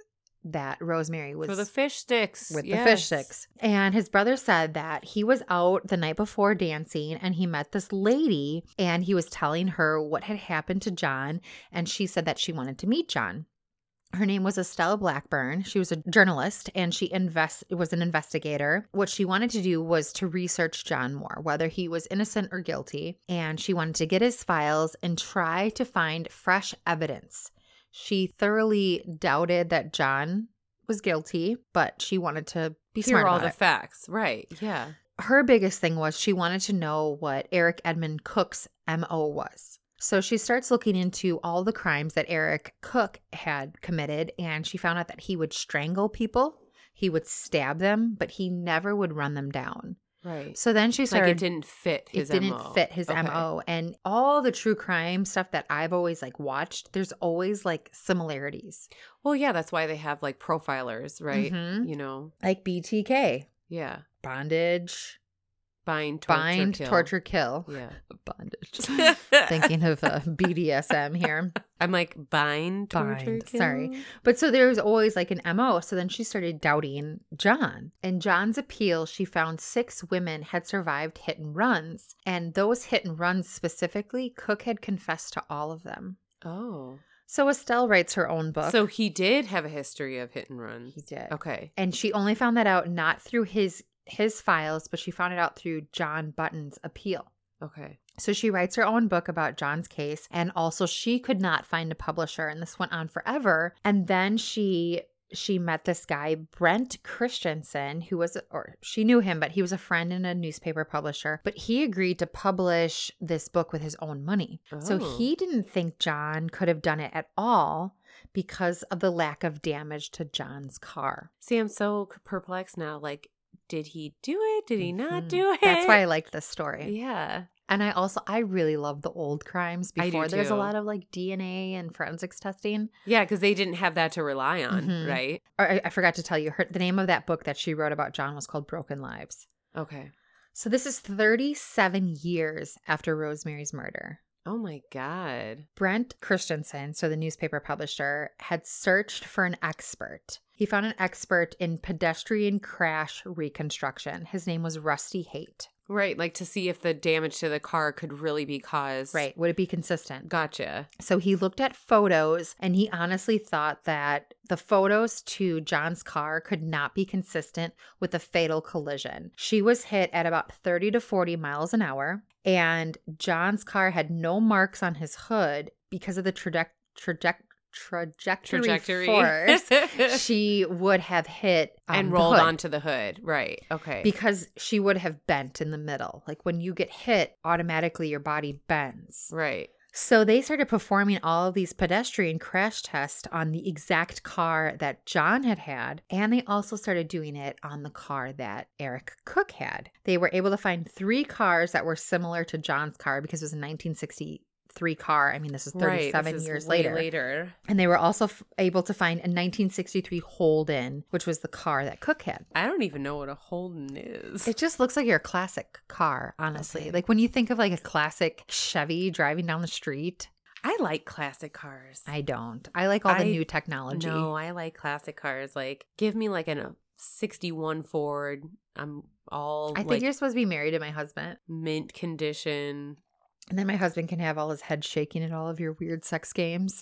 that Rosemary was for the fish sticks. with the fish Yes. sticks. And his brother said that he was out the night before dancing and he met this lady and he was telling her what had happened to John. And she said that she wanted to meet John. Her name was Estelle Blackburn. She was a journalist and she invest was an investigator. What she wanted to do was to research John Moore, whether he was innocent or guilty, and she wanted to get his files and try to find fresh evidence. She thoroughly doubted that John was guilty, but she wanted to be Here smart are all about the it. facts. Right. Yeah. Her biggest thing was she wanted to know what Eric Edmund Cook's MO was. So she starts looking into all the crimes that Eric Cook had committed, and she found out that he would strangle people, he would stab them, but he never would run them down. Right. So then she like it started. didn't fit his it didn't MO. fit his Okay. MO. And all the true crime stuff that I've always like watched, there's always like similarities. Well, yeah, that's why they have like profilers, right? Mhm. You know, Like BTK, yeah. bondage, Bind, torture, bind, kill. torture, kill. Yeah. Bondage. thinking of uh, BDSM here. I'm like bind, torture, Bind, kill. sorry. But so there was always like an MO. So then she started doubting John. In John's appeal, she found six women had survived hit and runs. And those hit and runs specifically, Cook had confessed to all of them. Oh, So Estelle writes her own book. so he did have a history of hit and run. he did. Okay. And she only found that out not through his his files, but she found it out through John Button's appeal. Okay. So she writes her own book about John's case, and also she could not find a publisher, and this went on forever. And then she she met this guy Brent Christensen, who was or she knew him, but he was a friend and a newspaper publisher. But he agreed to publish this book with his own money. So Oh. he didn't think John could have done it at all because of the lack of damage to John's car. See, I'm so c- perplexed now. Like, did he do it? Did he not Mhm. do it? That's why I liked this story. Yeah. And I also I really love the old crimes I do before there's too. a lot of like DNA and forensics testing. Yeah, because they didn't have that to rely on, Mhm. right? Or I, I forgot to tell you her the name of that book that she wrote about John was called Broken Lives. Okay. So this is 37 years after Rosemary's murder. Oh my God. Brent Christensen, so the newspaper publisher, had searched for an expert. He found an expert in pedestrian crash reconstruction. His name was Rusty Haight. Right. Like to see if the damage to the car could really be caused. Right. Would it be consistent? Gotcha. So he looked at photos and he honestly thought that the photos to John's car could not be consistent with a fatal collision. She was hit at about 30 to 40 miles an hour, and John's car had no marks on his hood because of the traject- traject- trajectory, Trajectory. force. she would have hit um, and the rolled hood onto the hood. Right. Okay. because she would have bent in the middle. Like when you get hit, automatically your body bends. right. So they started performing all of these pedestrian crash tests on the exact car that John had had, and they also started doing it on the car that Eric Cook had. They were able to find three cars that were similar to John's car because it was a 1963 car. I mean, this is Right, this 37 is years way later. Later. And they were also f- able to find a 1963 Holden, which was the car that Cook had. I don't even know what a Holden is. It just looks like your classic car, honestly. Okay. Like when you think of like a classic Chevy driving down the street, I like classic cars. I don't. I like all the I- new technology. no, I like classic cars. Like, give me like an, a 61 Ford. I'm all I think like you're supposed to be married to my husband. mint condition. And then my husband can have all his head shaking at all of your weird sex games.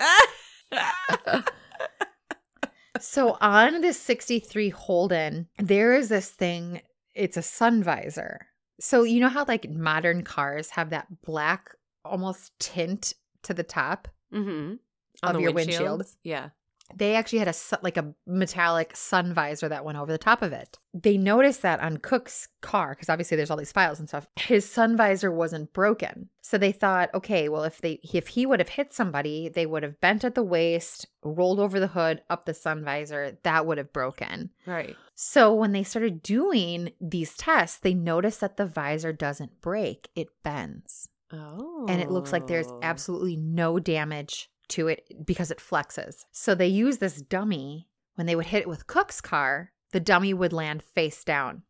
So on this 63 Holden, there is this thing, it's a sun visor. So you know how like modern cars have that black almost tint to the top? Mm-hmm. Of your windshield. Yeah. They actually had a su- like a metallic sun visor that went over the top of it. They noticed that on Cook's car because obviously there's all these files and stuff. His sun visor wasn't broken. So they thought, okay, well if they if he would have hit somebody, they would have bent at the waist, rolled over the hood, up the sun visor, that would have broken. Right. So when they started doing these tests, they noticed that the visor doesn't break, it bends. Oh. And it looks like there's absolutely no damage to it because it flexes. So they use this dummy. When they would hit it with Cook's car, the dummy would land face down.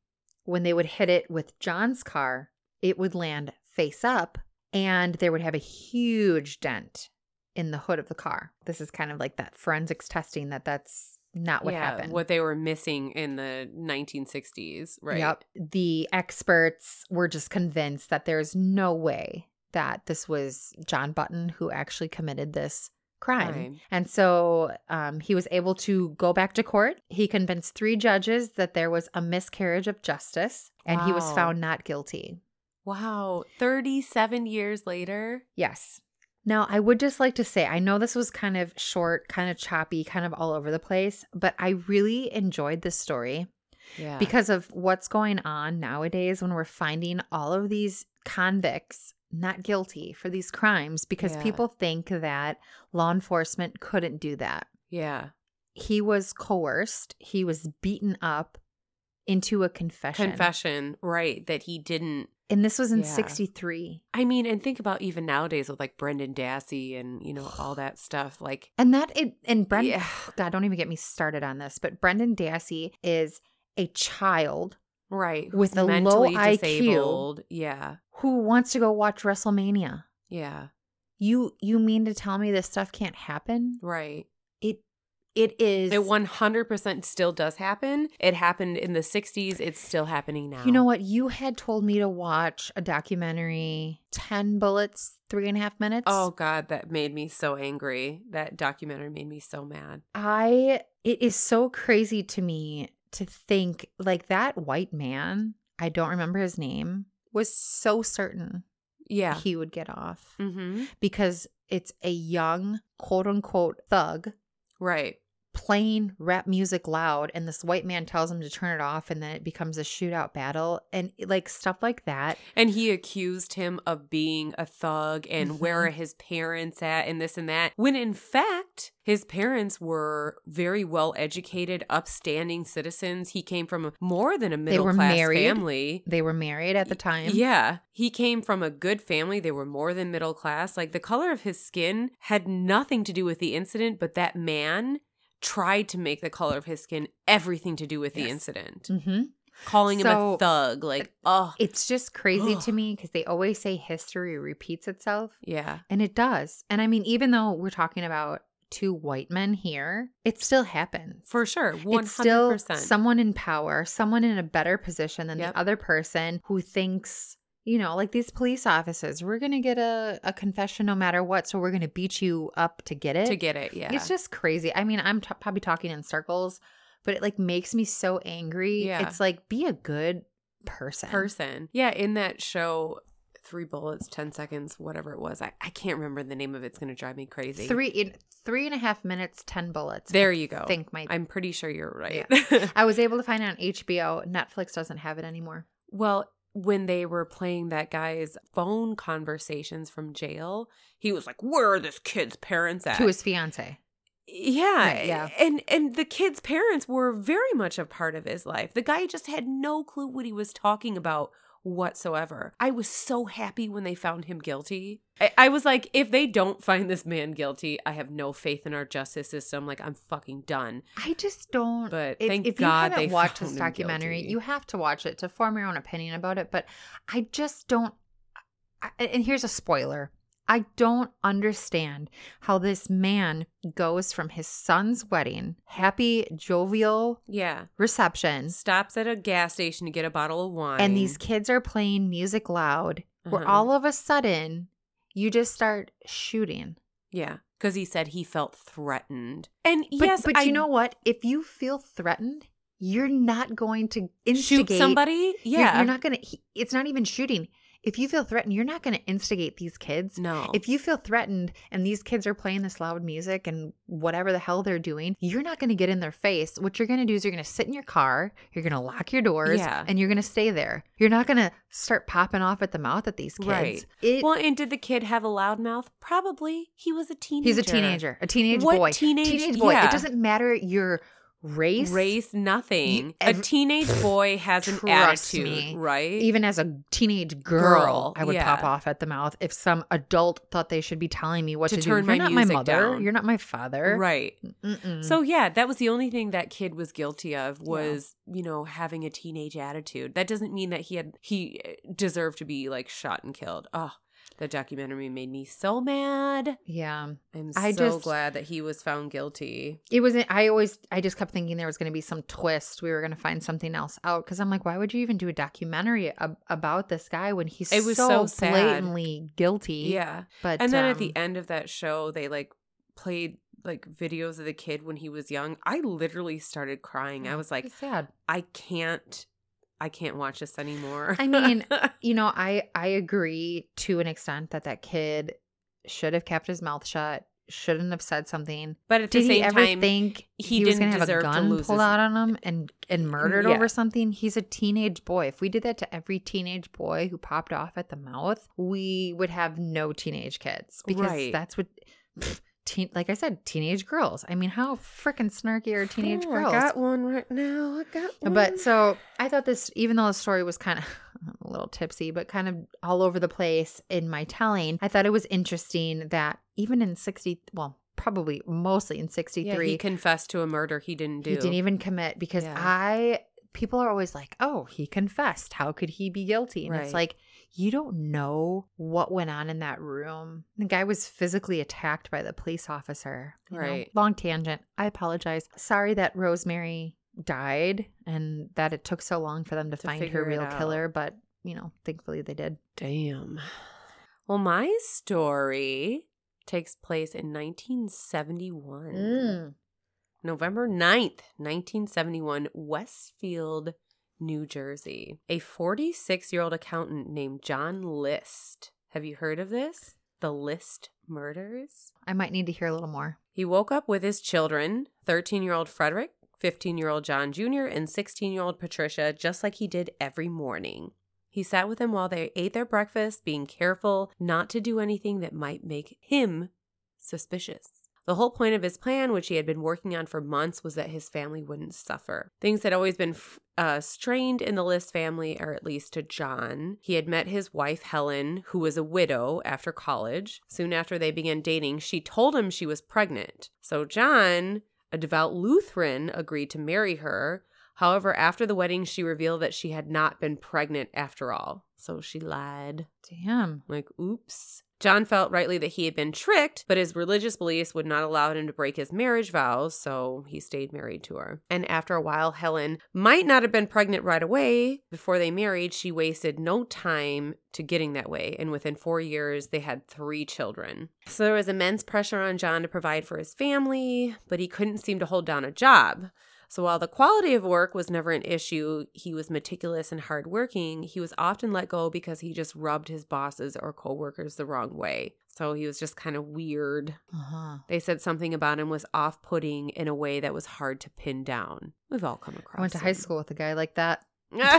When they would hit it with John's car, it would land face up and there would have a huge dent in the hood of the car. This is kind of like that forensics testing that that's not what Yeah, happened. What they were missing in the 1960s. Right. Yep. The experts were just convinced that there's no way that this was John Button who actually committed this crime. Crime. And so um, he was able to go back to court. He convinced three judges that there was a miscarriage of justice and he was Wow. found not guilty. Wow. 37 years later. Yes. Now, I would just like to say I know this was kind of short, kind of choppy, kind of all over the place, but I really enjoyed this story. Yeah. because of what's going on nowadays when we're finding all of these convicts not guilty for these crimes because Yeah. people think that law enforcement couldn't do that. yeah. He was coerced, he was beaten up into a confession. Confession. Right. That he didn't. And this was in Yeah. 63. I mean, and think about even nowadays with like Brendan Dassey and, you know, all that stuff. Like, And that it and Brendan Yeah. God, don't even get me started on this, but Brendan Dassey is a child right. With who's a low mentally IQ. disabled. Yeah. who wants to go watch WrestleMania. Yeah. You you mean to tell me this stuff can't happen? Right. It it is It 100% still does happen. It happened in the 60s. It's still happening now. You know what? You had told me to watch a documentary, 10 bullets, three and a half minutes. Oh God, that made me so angry. That documentary made me so mad. I, it is so crazy to me to think like that white man, I don't remember his name, was so certain Yeah. he would get off Mm-hmm. because it's a young, quote unquote, thug Right. playing rap music loud and this white man tells him to turn it off and then it becomes a shootout battle and like stuff like that And he accused him of being a thug and Mhm. where are his parents at and this and that. When in fact, his parents were very well educated, upstanding citizens. He came from a- more than a middle were class married. family. they were married at the time Yeah. He came from a good family. They were more than middle class. Like the color of his skin had nothing to do with the incident, but that man tried to make the color of his skin everything to do with the Yes. incident. mm-hmm. Calling him So- a thug. Like, oh, It's just crazy to Ugh. me because they always say history repeats itself, yeah. and it does. And I mean, even though we're talking about two white men here, it still happens. For sure. 100%. it's still someone in power, someone in a better position than Yep. the other person who thinks, you know, like these police officers, we're going to get a, a confession no matter what. So we're going to beat you up to get it. to get it. Yeah. It's just crazy. I mean, I'm t- probably talking in circles, but it like makes me so angry. Yeah. It's like, be a good person. person. Yeah. In that show, Three Bullets, 10 Seconds, whatever it was, I, I can't remember the name of it. It's going to drive me crazy. Three in three and a half minutes, ten bullets. There you go. I think my I'm pretty sure you're right. I was able to find it on HBO. Netflix doesn't have it anymore. Well, when they were playing that guy's phone conversations from jail, he was like, "Where are this kid's parents at?" To his fiance. yeah, Right, yeah. and and the kid's parents were very much a part of his life. The guy just had no clue what he was talking about whatsoever. I was so happy when they found him guilty. I, I was like, if they don't find this man guilty, I have no faith in our justice system. Like, I'm fucking done. I just don't. But Mm, if, thank if God you haven't they watched found this him documentary, guilty. you have to watch it to form your own opinion about it. But I just don't. I, and here's a spoiler. I don't understand how this man goes from his son's wedding, happy, jovial Yeah, reception, stops at a gas station to get a bottle of wine, and these kids are playing music loud, where Uh-huh. all of a sudden you just start shooting. yeah, because he said he felt threatened. And But, yes, but I you know what? If you feel threatened, you're not going to shoot instigate somebody. You're- Yeah, You're, not going to, it's not even shooting. If you feel threatened, you're not going to instigate these kids. no. If you feel threatened and these kids are playing this loud music and whatever the hell they're doing, you're not going to get in their face. What you're going to do is you're going to sit in your car, you're going to lock your doors, Yeah. and you're going to stay there. You're not going to start popping off at the mouth at these kids. Right. It- well, and did the kid have a loud mouth? Probably. He was a teenager. he's a teenager, a teenage What boy. teenage- boy. yeah. It doesn't matter your race. Race nothing. You- a ev- teenage boy has an Trust attitude, me. right? Even as a teenage girl, Girl, I would yeah. pop off at the mouth if some adult thought they should be telling me what To to, turn do. my You're not music my mother. down. You're not my father. right. Mm-mm. So yeah, that was the only thing that kid was guilty of was, you know, having a teenage attitude. That doesn't mean that he had he eh, deserved to be like shot and killed. Oh, the documentary made me so mad. yeah. I'm I so just- glad that he was found guilty. it was i always i just kept thinking there was going to be some twist we were going to find something else out because i'm like why would you even do a documentary ab- about this guy when he's It was so so, sad. blatantly guilty Yeah. but and then at um, the end of that show, they like played like videos of the kid when he was young. I literally started crying. Oh, I was like, it's sad I can't, I can't watch this anymore. I mean, you know i i agree to an extent that that kid should have kept his mouth shut shouldn't have said something but at the did same he ever time, think he he, was didn't going to have a deserve to gun lose pulled his- Mm, out on him and and murdered Yeah. over something? He's a teenage boy. If we did that to every teenage boy who popped off at the mouth, we would have no teenage kids because Right. that's what. pff, Teen, like I said, teenage girls. I mean, how freaking snarky are teenage Oh, girls? I got one right now. I got one. But so I thought this, even though the story was kind of a little tipsy, but kind of all over the place in my telling, I thought it was interesting that even in 60, well, probably mostly in 63, yeah, he confessed to a murder he didn't do. he didn't even commit because Yeah. I people are always like, "Oh, he confessed. How could he be guilty?" And Right. it's like you don't know what went on in that room. The guy was physically attacked by the police officer. you know? Right. Long tangent. I apologize. Sorry that Rosemary died and that it took so long for them to, To find figure her it real out. killer, but you know, thankfully they did. Damn. Well, my story takes place in 1971. Mm. November 9th, 1971, Westfield, New Jersey. A 46 year old accountant named John List. Have you heard of this? The List murders? I might need to hear a little more. He woke up with his children 13 year old Frederick, 15 year old John Jr., and 16 year old Patricia, just like he did every morning. He sat with them while they ate their breakfast, being careful not to do anything that might make him suspicious. The whole point of his plan, which he had been working on for months, was that his family wouldn't suffer. Things had always been f- uh, strained in the List family, or at least to John. He had met his wife, Helen, who was a widow after college. Soon after they began dating, she told him she was pregnant. So John, a devout Lutheran, agreed to marry her. However, after the wedding, she revealed that she had not been pregnant after all. So she lied. Damn. Like, oops. John felt rightly that he had been tricked, but his religious beliefs would not allow him to break his marriage vows, so he stayed married to her. And after a while, Helen might not have been pregnant right away. Before they married, she wasted no time to getting that way, and within four years, they had three children. So there was immense pressure on John to provide for his family, but he couldn't seem to hold down a job. So while the quality of work was never an issue, he was meticulous and hardworking. He was often let go because he just rubbed his bosses or coworkers the wrong way. So he was just kind of weird. Uh-huh. They said something about him was off-putting in a way that was hard to pin down. We've all come across. I went to high school with a guy like that.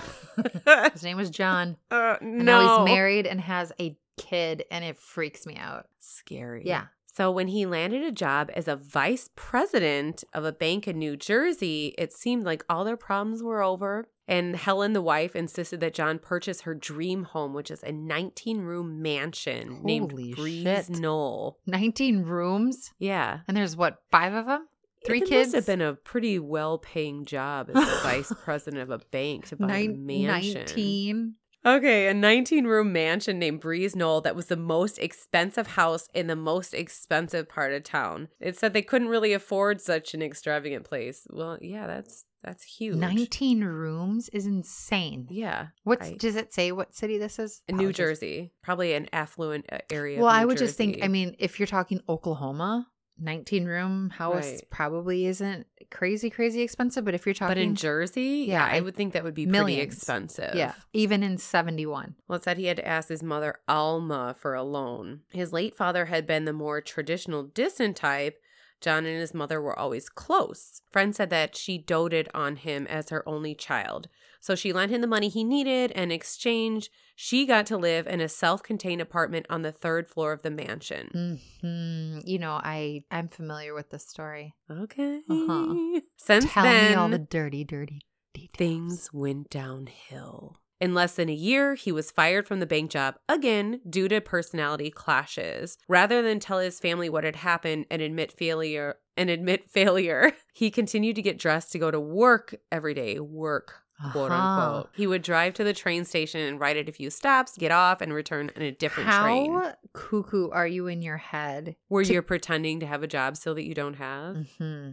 school. His name was John. uh, And no, now he's married and has a kid, and it freaks me out. Scary. Yeah. So when he landed a job as a vice president of a bank in New Jersey, it seemed like all their problems were over. And Helen, the wife, insisted that John purchase her dream home, which is a 19 room mansion Holy named Breeze shit. Knoll. 19 rooms, Yeah. and there's what, five of them? Three it kids? must have been a pretty well paying job as the vice president of a bank to buy a Nine- mansion. 19. Okay, a 19 room mansion named Breeze Knoll that was the most expensive house in the most expensive part of town. It said they couldn't really afford such an extravagant place. Well, yeah, that's That's huge. 19 rooms is insane. Yeah. What's I- does it say what city this is? In New Apologies. Jersey, probably an affluent uh, area. of Well, I New would just think, I Jersey. mean, if you're talking Oklahoma, 19 room house Right. probably isn't crazy, crazy expensive. But if you're talking, but in Jersey, yeah, Yeah, I I- would think that would be pretty millions. expensive. yeah, even in 71. Well, it said he had to ask his mother, Alma, for a loan. His late father had been the more traditional, distant type. John and his mother were always close. Friends said that she doted on him as her only child. So she lent him the money he needed, and in exchange, she got to live in a self contained apartment on the third floor of the mansion. hmm You know, I I'm familiar with this story. Okay. Uh-huh. Since Tell then, me all the dirty, dirty details. things went downhill. In less than a year, he was fired from the bank job again due to personality clashes. Rather than tell his family what had happened and admit failure and admit failure, he continued to get dressed to go to work every day, work quote Uh-huh. unquote. He would drive to the train station and ride at a few stops, get off, and return in a different How train. cuckoo are you in your head? Where to- you're pretending to have a job still that you don't have. hmm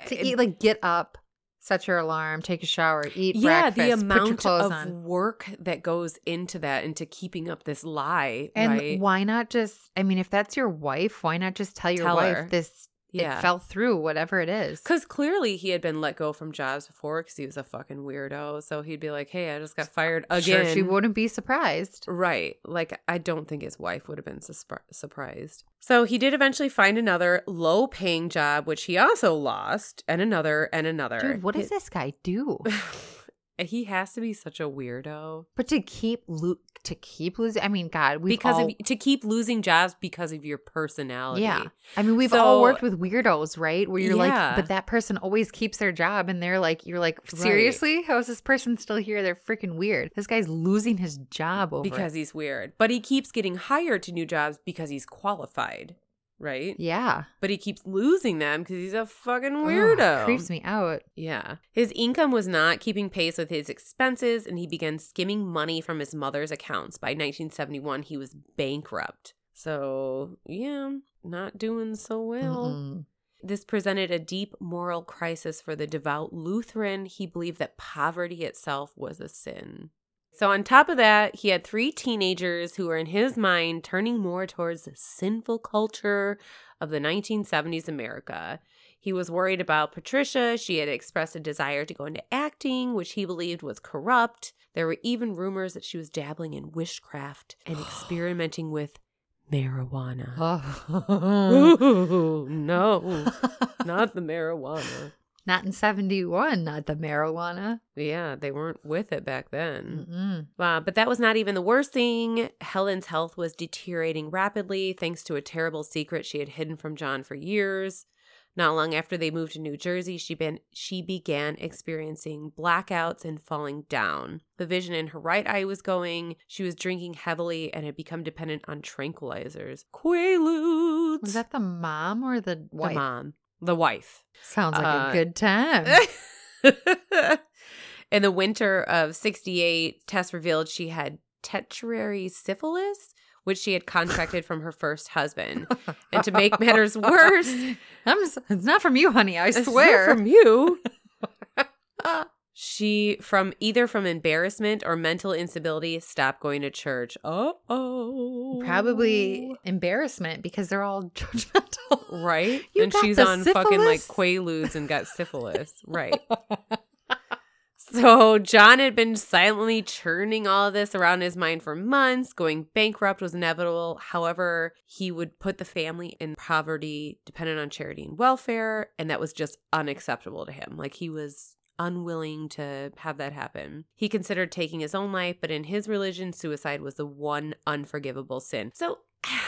It- To eat, like get up, set your alarm, take a shower, eat yeah, breakfast, the amount put your clothes of on. work that goes into that, into keeping up this lie, And right? why not just? I mean, if that's your wife, why not just tell your Tell wife her. this? It yeah, fell through, whatever it is. because clearly he had been let go from jobs before because he was a fucking weirdo. So he'd be like, "Hey, I just got fired again." Sure, she wouldn't be surprised. Right. Like, I don't think his wife would have been suspri- surprised. So he did eventually find another low paying job, which he also lost, and another, and another. Dude, what does Hi- this guy do? he has to be such a weirdo. But to keep lo- to keep losing, I mean, God, we because all, of, to keep losing jobs because of your personality. Yeah. I mean, we've all So- worked with weirdos, right? Where you're Yeah. like, but that person always keeps their job, and they're like, you're like, seriously, how is this person still here? They're freaking weird. This guy's losing his job over because it. he's weird. But he keeps getting hired to new jobs because he's qualified, right? yeah, But he keeps losing them because he's a fucking Ugh, weirdo. creeps me out. Yeah. His income was not keeping pace with his expenses, and he began skimming money from his mother's accounts. By 1971, he was bankrupt. So, yeah, not doing so well. Mm-mm. This presented a deep moral crisis for the devout Lutheran. He believed that poverty itself was a sin. So, on top of that, he had three teenagers who were, in his mind, turning more towards the sinful culture of the 1970s America. He was worried about Patricia. She had expressed a desire to go into acting, which he believed was corrupt. There were even rumors that she was dabbling in witchcraft and experimenting with marijuana. Oh. Ooh, no, not the marijuana. not in seventy one. Not the marijuana. Yeah, they weren't with it back then. Mm-mm. Uh, but that was not even the worst thing. Helen's health was deteriorating rapidly thanks to a terrible secret she had hidden from John for years. Not long after they moved to New Jersey, she been she began experiencing blackouts and falling down. The vision in her right eye was going. She was drinking heavily and had become dependent on tranquilizers. Quaaludes. Was that the mom or the the wife? mom? The wife. Sounds like Uh, a good time. In the winter of 68, Tess revealed she had tetrary syphilis, which she had contracted from her first husband. And to make matters worse, I'm, s- it's not from you, honey. I It's not swear. from you. she from either from embarrassment or mental instability stopped going to church. Oh. Probably embarrassment because they're all judgmental. right? You and got she's the on fucking like syphilis? Quaaludes and got syphilis. right. So John had been silently churning all of this around his mind for months. Going bankrupt was inevitable. However, he would put the family in poverty, dependent on charity and welfare, and that was just unacceptable to him. Like he was unwilling to have that happen. He considered taking his own life, but in his religion, suicide was the one unforgivable sin. So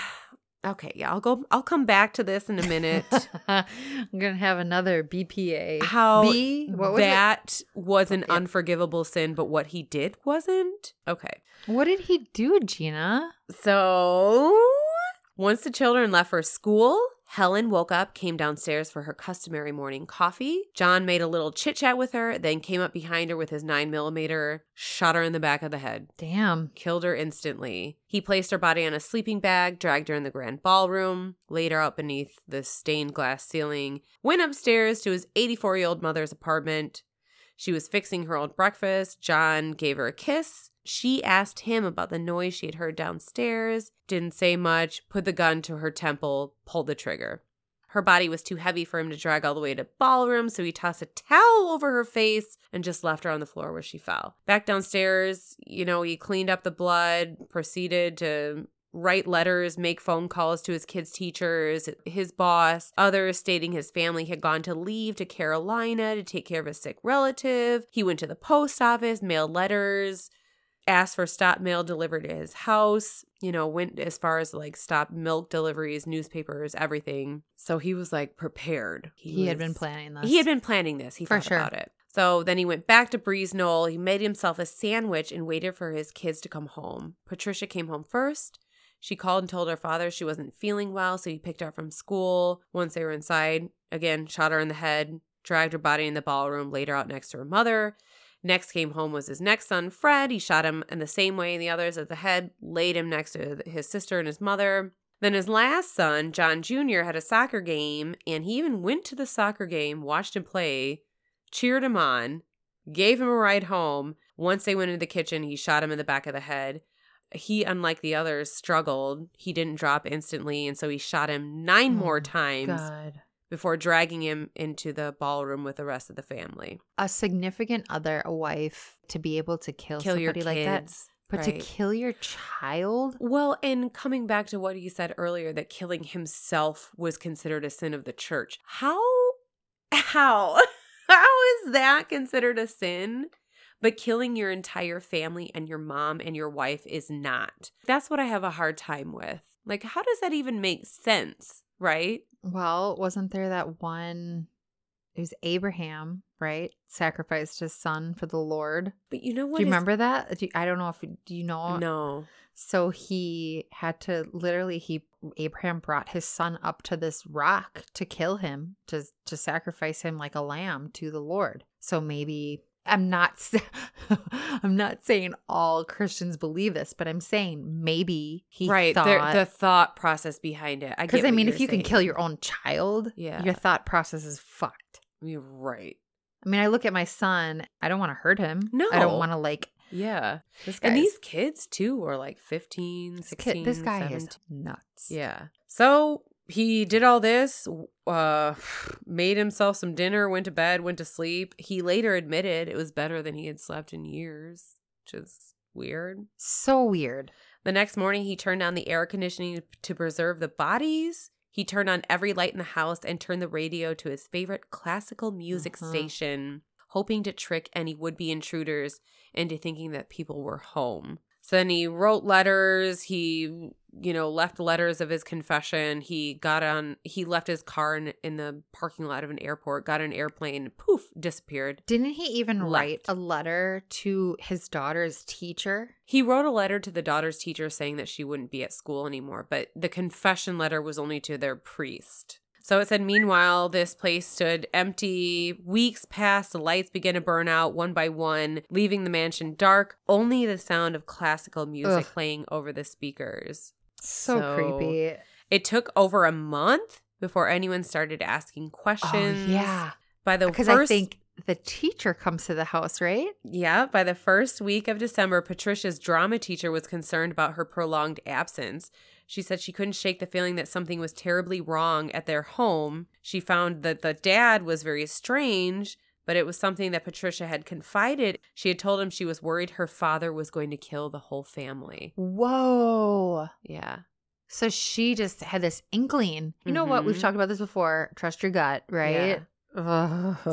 okay, yeah, I'll go I'll come back to this in a minute. I'm gonna have another BPA. How B? What was Oh, that was an Yeah. unforgivable sin, but what he did wasn't. Okay. it? What did he do, Gina? So once the children left for school, Helen woke up, came downstairs for her customary morning coffee. John made a little chit chat with her, then came up behind her with his nine millimeter, shot her in the back of the head Damn. killed her instantly. He placed her body on a sleeping bag, dragged her in the grand ballroom, laid her out beneath the stained glass ceiling, went upstairs to his 84 year old mother's apartment. She was fixing her old breakfast. John gave her a kiss. She asked him about the noise she had heard downstairs, didn't say much, put the gun to her temple, pulled the trigger. Her body was too heavy for him to drag all the way to ballroom, so he tossed a towel over her face and just left her on the floor where she fell. Back downstairs, you know, he cleaned up the blood, proceeded to write letters, make phone calls to his kids' teachers, his boss, others stating his family had gone to leave to Carolina to take care of a sick relative. He went to the post office, mailed letters, asked for stop mail delivered to his house, you know, went as far as like stop milk deliveries, newspapers, everything. So he was like prepared. He had was- been planning this. He had been planning this. He For thought sure. about it. So then he went back to Breeze Knoll. He made himself a sandwich and waited for his kids to come home. Patricia came home first. She called and told her father she wasn't feeling well, so he picked her up from school. Once they were inside, again, shot her in the head, dragged her body in the ballroom, laid her out next to her mother. Next came home was his next son, Fred. He shot him in the same way and the others at the head, laid him next to his sister and his mother. Then his last son, John Jr., had a soccer game, and he even went to the soccer game, watched him play, cheered him on, gave him a ride home. Once they went into the kitchen, he shot him in the back of the head. He, unlike the others, struggled. He didn't drop instantly, and so he shot him nine Oh more my times God. before dragging him into the ballroom with the rest of the family. A significant other, a wife, to be able to kill, Kill somebody your kids. like that. But to right. kill your child? Well, and coming back to what he said earlier that killing himself was considered a sin of the church. How how how is that considered a sin? But killing your entire family and your mom and your wife is not. That's what I have a hard time with. Like how does that even make sense, right? Well, wasn't there that one? It was Abraham, right? Sacrificed his son for the Lord. But you know what? do you is- remember that? Do you- I don't know if you- do you know. No. So he had to literally he Abraham brought his son up to this rock to kill him to to sacrifice him like a lamb to the Lord. So maybe I'm not s- I'm not saying all Christians believe this, but I'm saying maybe he right. there- thought the thought process behind it. I because get I what mean you're if you can saying. kill your own child, Yeah. your thought process is fucked. You're right. I mean, I look at my son. I don't want to hurt him. I No. don't want to like Yeah. this guy. And these kids too were like 15, this 16, kid, this guy 17. is nuts. Yeah. So he did all this, uh, made himself some dinner, went to bed, went to sleep. He later admitted it was better than he had slept in years, which is weird. So weird. The next morning, he turned on the air conditioning to preserve the bodies. He turned on every light in the house and turned the radio to his favorite classical music Mhm. station, hoping to trick any would be intruders into thinking that people were home. So then he wrote letters. He, you know, left letters of his confession. He got on, he left his car in, in the parking lot of an airport, got on an airplane, poof, disappeared. Didn't he even write left. a letter to his daughter's teacher? He wrote a letter to the daughter's teacher saying that she wouldn't be at school anymore, but the confession letter was only to their priest. So it said, Meanwhile, this place stood empty. Weeks passed, the lights began to burn out one by one, leaving the mansion dark, only the sound of classical music Ugh. playing over the speakers. So, So creepy. It took over a month before anyone started asking questions. Oh, yeah. By the Because first I think the teacher comes to the house, right? Yeah, by the first week of December, Patricia's drama teacher was concerned about her prolonged absence. She said she couldn't shake the feeling that something was terribly wrong at their home. She found that the dad was very strange, but it was something that Patricia had confided. She had told him she was worried her father was going to kill the whole family. Whoa. Yeah. So she just had this inkling. You know what? We've Mhm. talked about this before. Trust your gut, right? Ugh.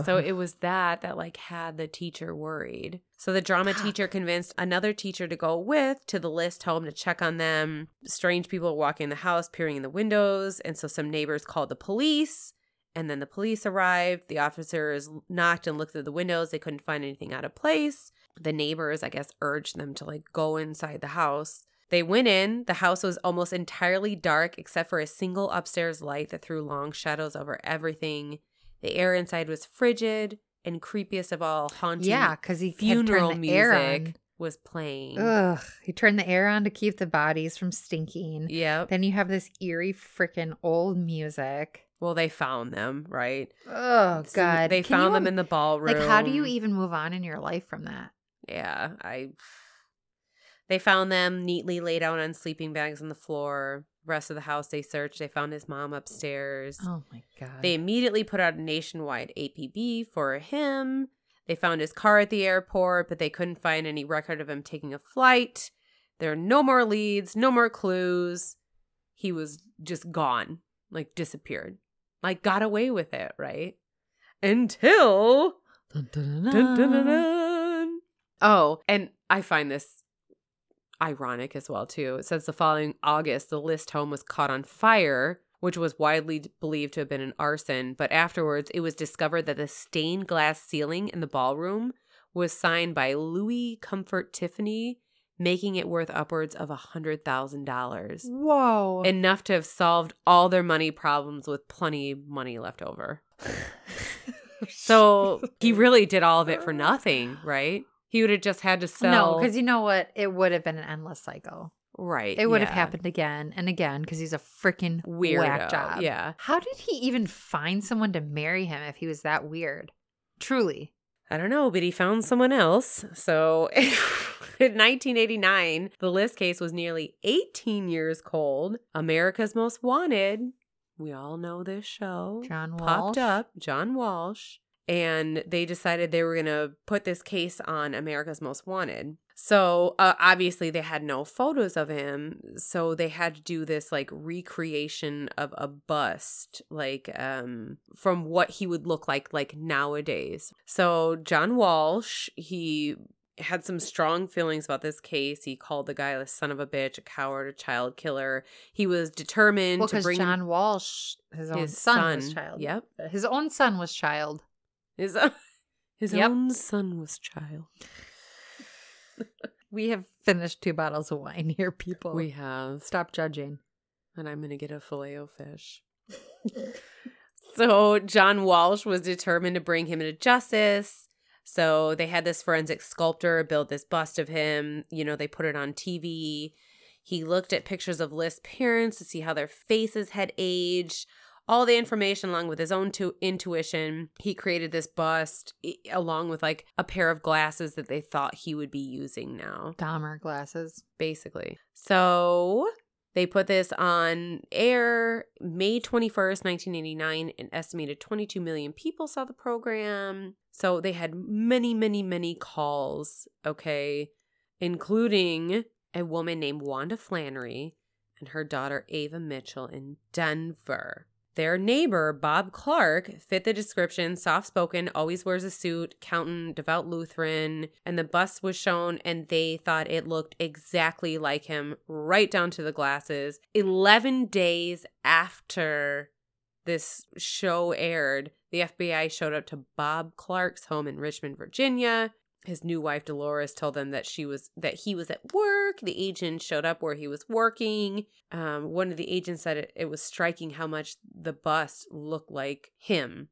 So it was that that like had the teacher worried. So the drama Fuck. teacher convinced another teacher to go with to the list home to check on them. Strange people walking the house, peering in the windows, and so some neighbors called the police. And then the police arrived. The officers knocked and looked through the windows. They couldn't find anything out of place. The neighbors, I guess, urged them to like go inside the house. They went in. The house was almost entirely dark except for a single upstairs light that threw long shadows over everything. The air inside was frigid and creepiest of all, haunting. yeah, because he had turned funeral the air music was playing. on. Ugh. He turned the air on to keep the bodies from stinking. Yep. Then you have this eerie freaking old music. Well, they found them, right? Oh So God! They Can found you them in im- the ballroom. like. How do you e even move on in your life from that? Yeah, I. They found them neatly laid out on sleeping bags on the floor. Rest of the house they searched. They found his mom upstairs. Oh my God! They immediately put out a nationwide APB for him. They found his car at the airport, but they couldn't find any record of him taking a flight. There are no more leads, no more clues. He was just gone, like disappeared, like got away with it, right? Until. Dun, dun, Dun, dun, dun, dun, dun. dun. Um, Oh, and I find this ironic as well too. It says the following August, the list home was caught on fire, which was widely d- believed to have been an arson. But afterwards, it was discovered that the stained glass ceiling in the ballroom was signed by Louis Comfort Tiffany, making it worth upwards of a hundred thousand dollars, Whoa! enough to have solved all their money problems with plenty money left over. So he really did all of it for nothing, right? He would have just had to no, sell. because you know what? It would have been an endless cycle. right, It would have yeah. happened again and again because he's a freaking Weirdo. whack job. Yeah, How did he even find someone to marry him if he was that weird? Truly. I don't know, but he found someone else. So in 1989, the list case was nearly 18 years cold. America's Most Wanted. We all know this show. John Walsh. popped up, John Walsh, and they decided they were going to put this case on America's Most Wanted. So uh, obviously they had no photos of him, so they had to do this like recreation of a bust, like um from what he would look like like nowadays. So John Walsh, he had some strong feelings about this case. He called the guy a son of a bitch, a coward, a child killer. He was determined Well, to because bring John Walsh, his own his son, son. was child. Yep. His own son was child. His, his Yep. own son was child. We have finished two bottles of wine here, people. We have, Stop judging. and I'm going to get a filet o fish. so John Walsh was determined to bring him to justice. So they had this forensic sculptor build this bust of him. You know, they put it on TV. He looked at pictures of List's parents to see how their faces had aged. All the information, along with his own tu- intuition, he created this bust i- along with like a pair of glasses that they thought he would be using now. Dahmer glasses. basically. So they put this on air May 21st, 1989. An estimated 22 million people saw the program. So they had many, many, many calls, okay, including a woman named Wanda Flannery and her daughter Ava Mitchell in Denver. Their neighbor, Bob Clark, fit the description soft spoken, always wears a suit, accountant, devout Lutheran. And the bust was shown, and they thought it looked exactly like him, right down to the glasses. 11 days after this show aired, the FBI showed up to Bob Clark's home in Richmond, Virginia. His new wife Dolores told them that she was that he was at work. The agent showed up where he was working. Um, one of the agents said it, it was striking how much the bust looked like him.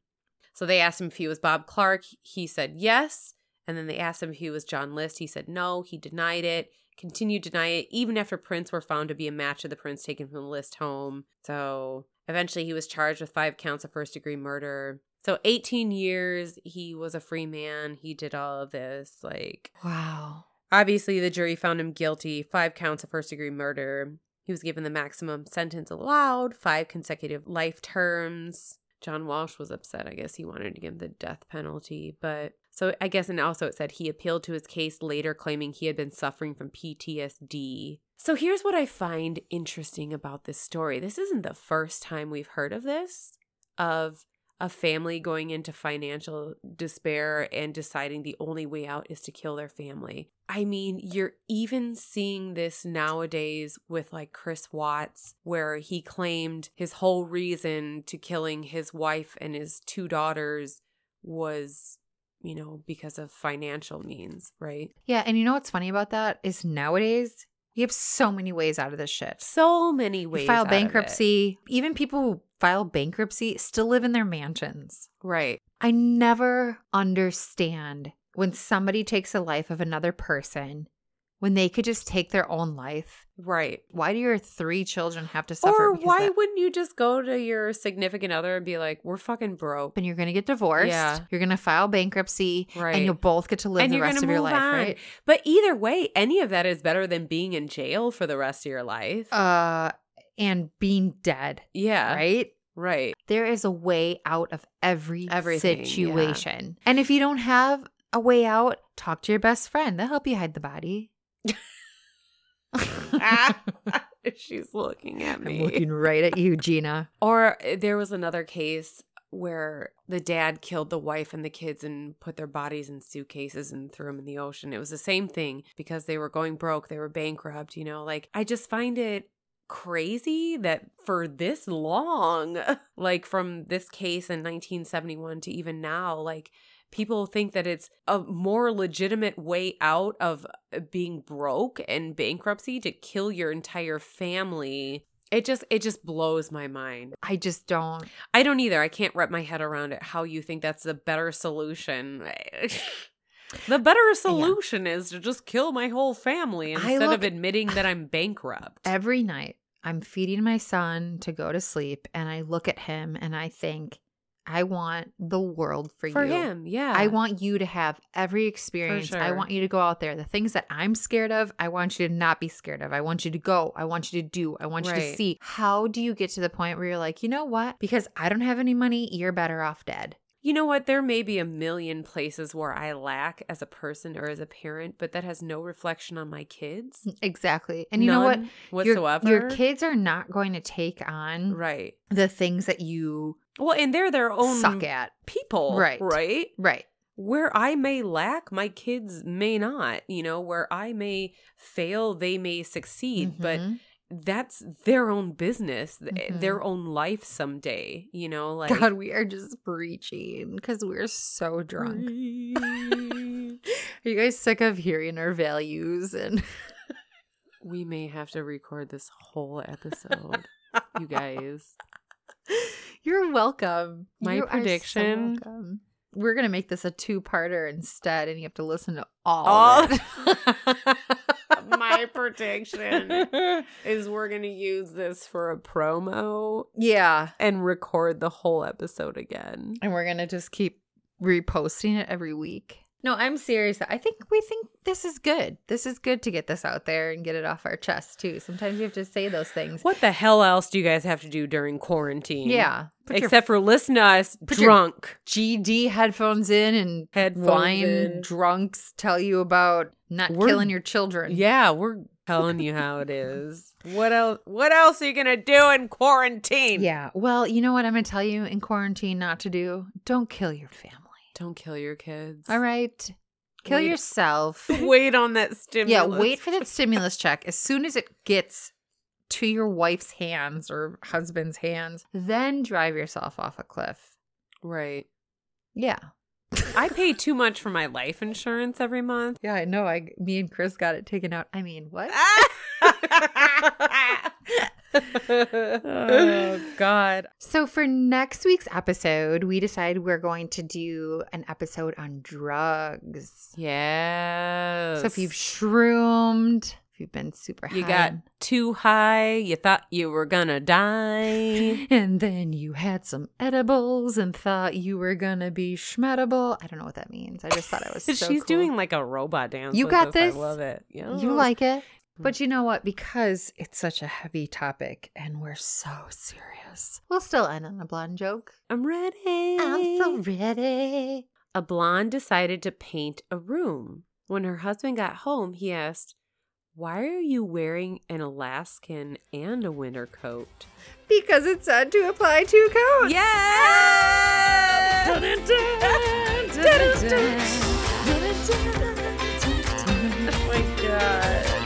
So they asked him if he was Bob Clark. He said yes. And then they asked him if he was John List. He said no. He denied it. Continued to deny it even after prints were found to be a match of the prints taken from the List home. So eventually he was charged with five counts of first degree murder. So 18 years, he was a free man. He did all of this. Like, Wow. Obviously, the jury found him guilty, five counts of first degree murder. He was given the maximum sentence allowed, five consecutive life terms. John Walsh was upset. I guess he wanted to give the death penalty. But so I guess, and also it said he appealed to his case later, claiming he had been suffering from PTSD. So here's what I find interesting about this story this isn't the first time we've heard of this, of a family going into financial despair and deciding the only way out is to kill their family. I mean, you're even seeing this nowadays with like Chris Watts, where he claimed his whole reason to killing his wife and his two daughters was, you know, because of financial means, right? Yeah, and you know what's funny about that is nowadays we have so many ways out of this shit. So many We ways. out file of it. bankruptcy. Even people who file bankruptcy still live in their mansions. Right. I never understand when somebody takes a life of another person when they could just take their own life? Right. Why do your three children have to suffer? or because why that- wouldn't you just go to your significant other and be like, we're fucking broke? and you're going to get divorced. Yeah. You're going to file bankruptcy. Right. And you'll both get to live And the you're rest gonna of your move life, on. right? But either way, any of that is better than being in jail for the rest of your life. Uh, and being dead, yeah. Right. right? There is a way out of every Everything, yeah. situation. And if you don't have a way out, talk to your best friend. They'll help you hide the body. She's looking at I'm me. looking right at you, Gina. Or uh, there was another case where the dad killed the wife and the kids and put their bodies in suitcases and threw them in the ocean. It was the same thing because they were going broke, they were bankrupt, you know. Like I just find it crazy that for this long, like from this case in 1971 to even now, like people think that it's a more legitimate way out of eh, being broke and bankruptcy to kill your entire family. It just it just blows my mind. I just don't. I don't either. I can't wrap my head around it. How you think that's the better solution? the better solution is to just kill my whole family I instead look- of admitting that I'm bankrupt. Every night, I'm feeding my son to go to sleep, and I look at him and I think, I want the world for, For you. him, yeah. I want you to have every experience. I sure. want you to go out there. The things that I'm scared of, I want you to not be scared of. I want you to go. I want you to do. I want you to Right. see. How do you get to the point where you're like, you know what? Because I don't have any money, you're better off dead. You know what? There may be a million places where I lack as a person or as a parent, but that has no reflection on my kids. Exactly. And you know what? None Your- Whatsoever. Your, kids are not going to take on Right. Oh, the things that you Well, and they're their own suck at. people. Right. Right. Right. where I may lack, my kids may not, you know, where I may fail, they may succeed, but Mhm. that's their own business, th- eh, Mhm. their own life someday, you know, like God, we are just preaching because we're so drunk. Are you guys sick of hearing our values and we may have to record this whole episode, you guys. You're welcome. My You are so prediction- welcome. We're gonna make this a two-parter instead, and you have to listen to all. of it. my prediction is we're going to use this for a promo yeah, and record the whole episode again. and we're gonna just keep reposting it every week. No, I'm serious. I think we think this is good. This is good to get this out there and get it off our chest too. Sometimes you have to say those things. What the hell else do you guys have to do during quarantine? Yeah. Put your Except for listen to us put your- drunk. GD headphones in and Headphones wine in. drunks tell you about not We're- killing your children. yeah, we're telling you how it is. What else what else are you gonna do in quarantine? Yeah. Well, you know what I'm going to tell you in quarantine not to do? Don't kill your family. Don't kill your kids. All right. Kill Wait- yourself. Wait on that yeah. stimulus. Wait for that stimulus check. As soon as it gets to your wife's hands or husband's hands, then drive yourself off a cliff. Right. Yeah. I pay too much for my life insurance every month. Yeah, I know. I me and Chris got it taken out. I mean, what? oh God. So, for next week's episode, we decide we're going to do an episode on drugs. Yes. So, if you've shroomed, if you've been super high, You got too high, you thought you were gonna die. and then you had some edibles and thought you were gonna be schmettable. I don't know what that means. I just thought it was so She's cool. doing oh, like a robot dance. You with got us. this? I love it. You Yes. like it? hmm. But you know what? Because it's such a heavy topic and we're so serious, we'll still end on a blonde joke. I'm ready. I'm so ready. a blonde decided to paint a room. When her husband got home, he asked, "Why are you wearing an Alaskan and a winter coat?" Because it's said to apply to codes. Yes. Dun-dun-dun. my God.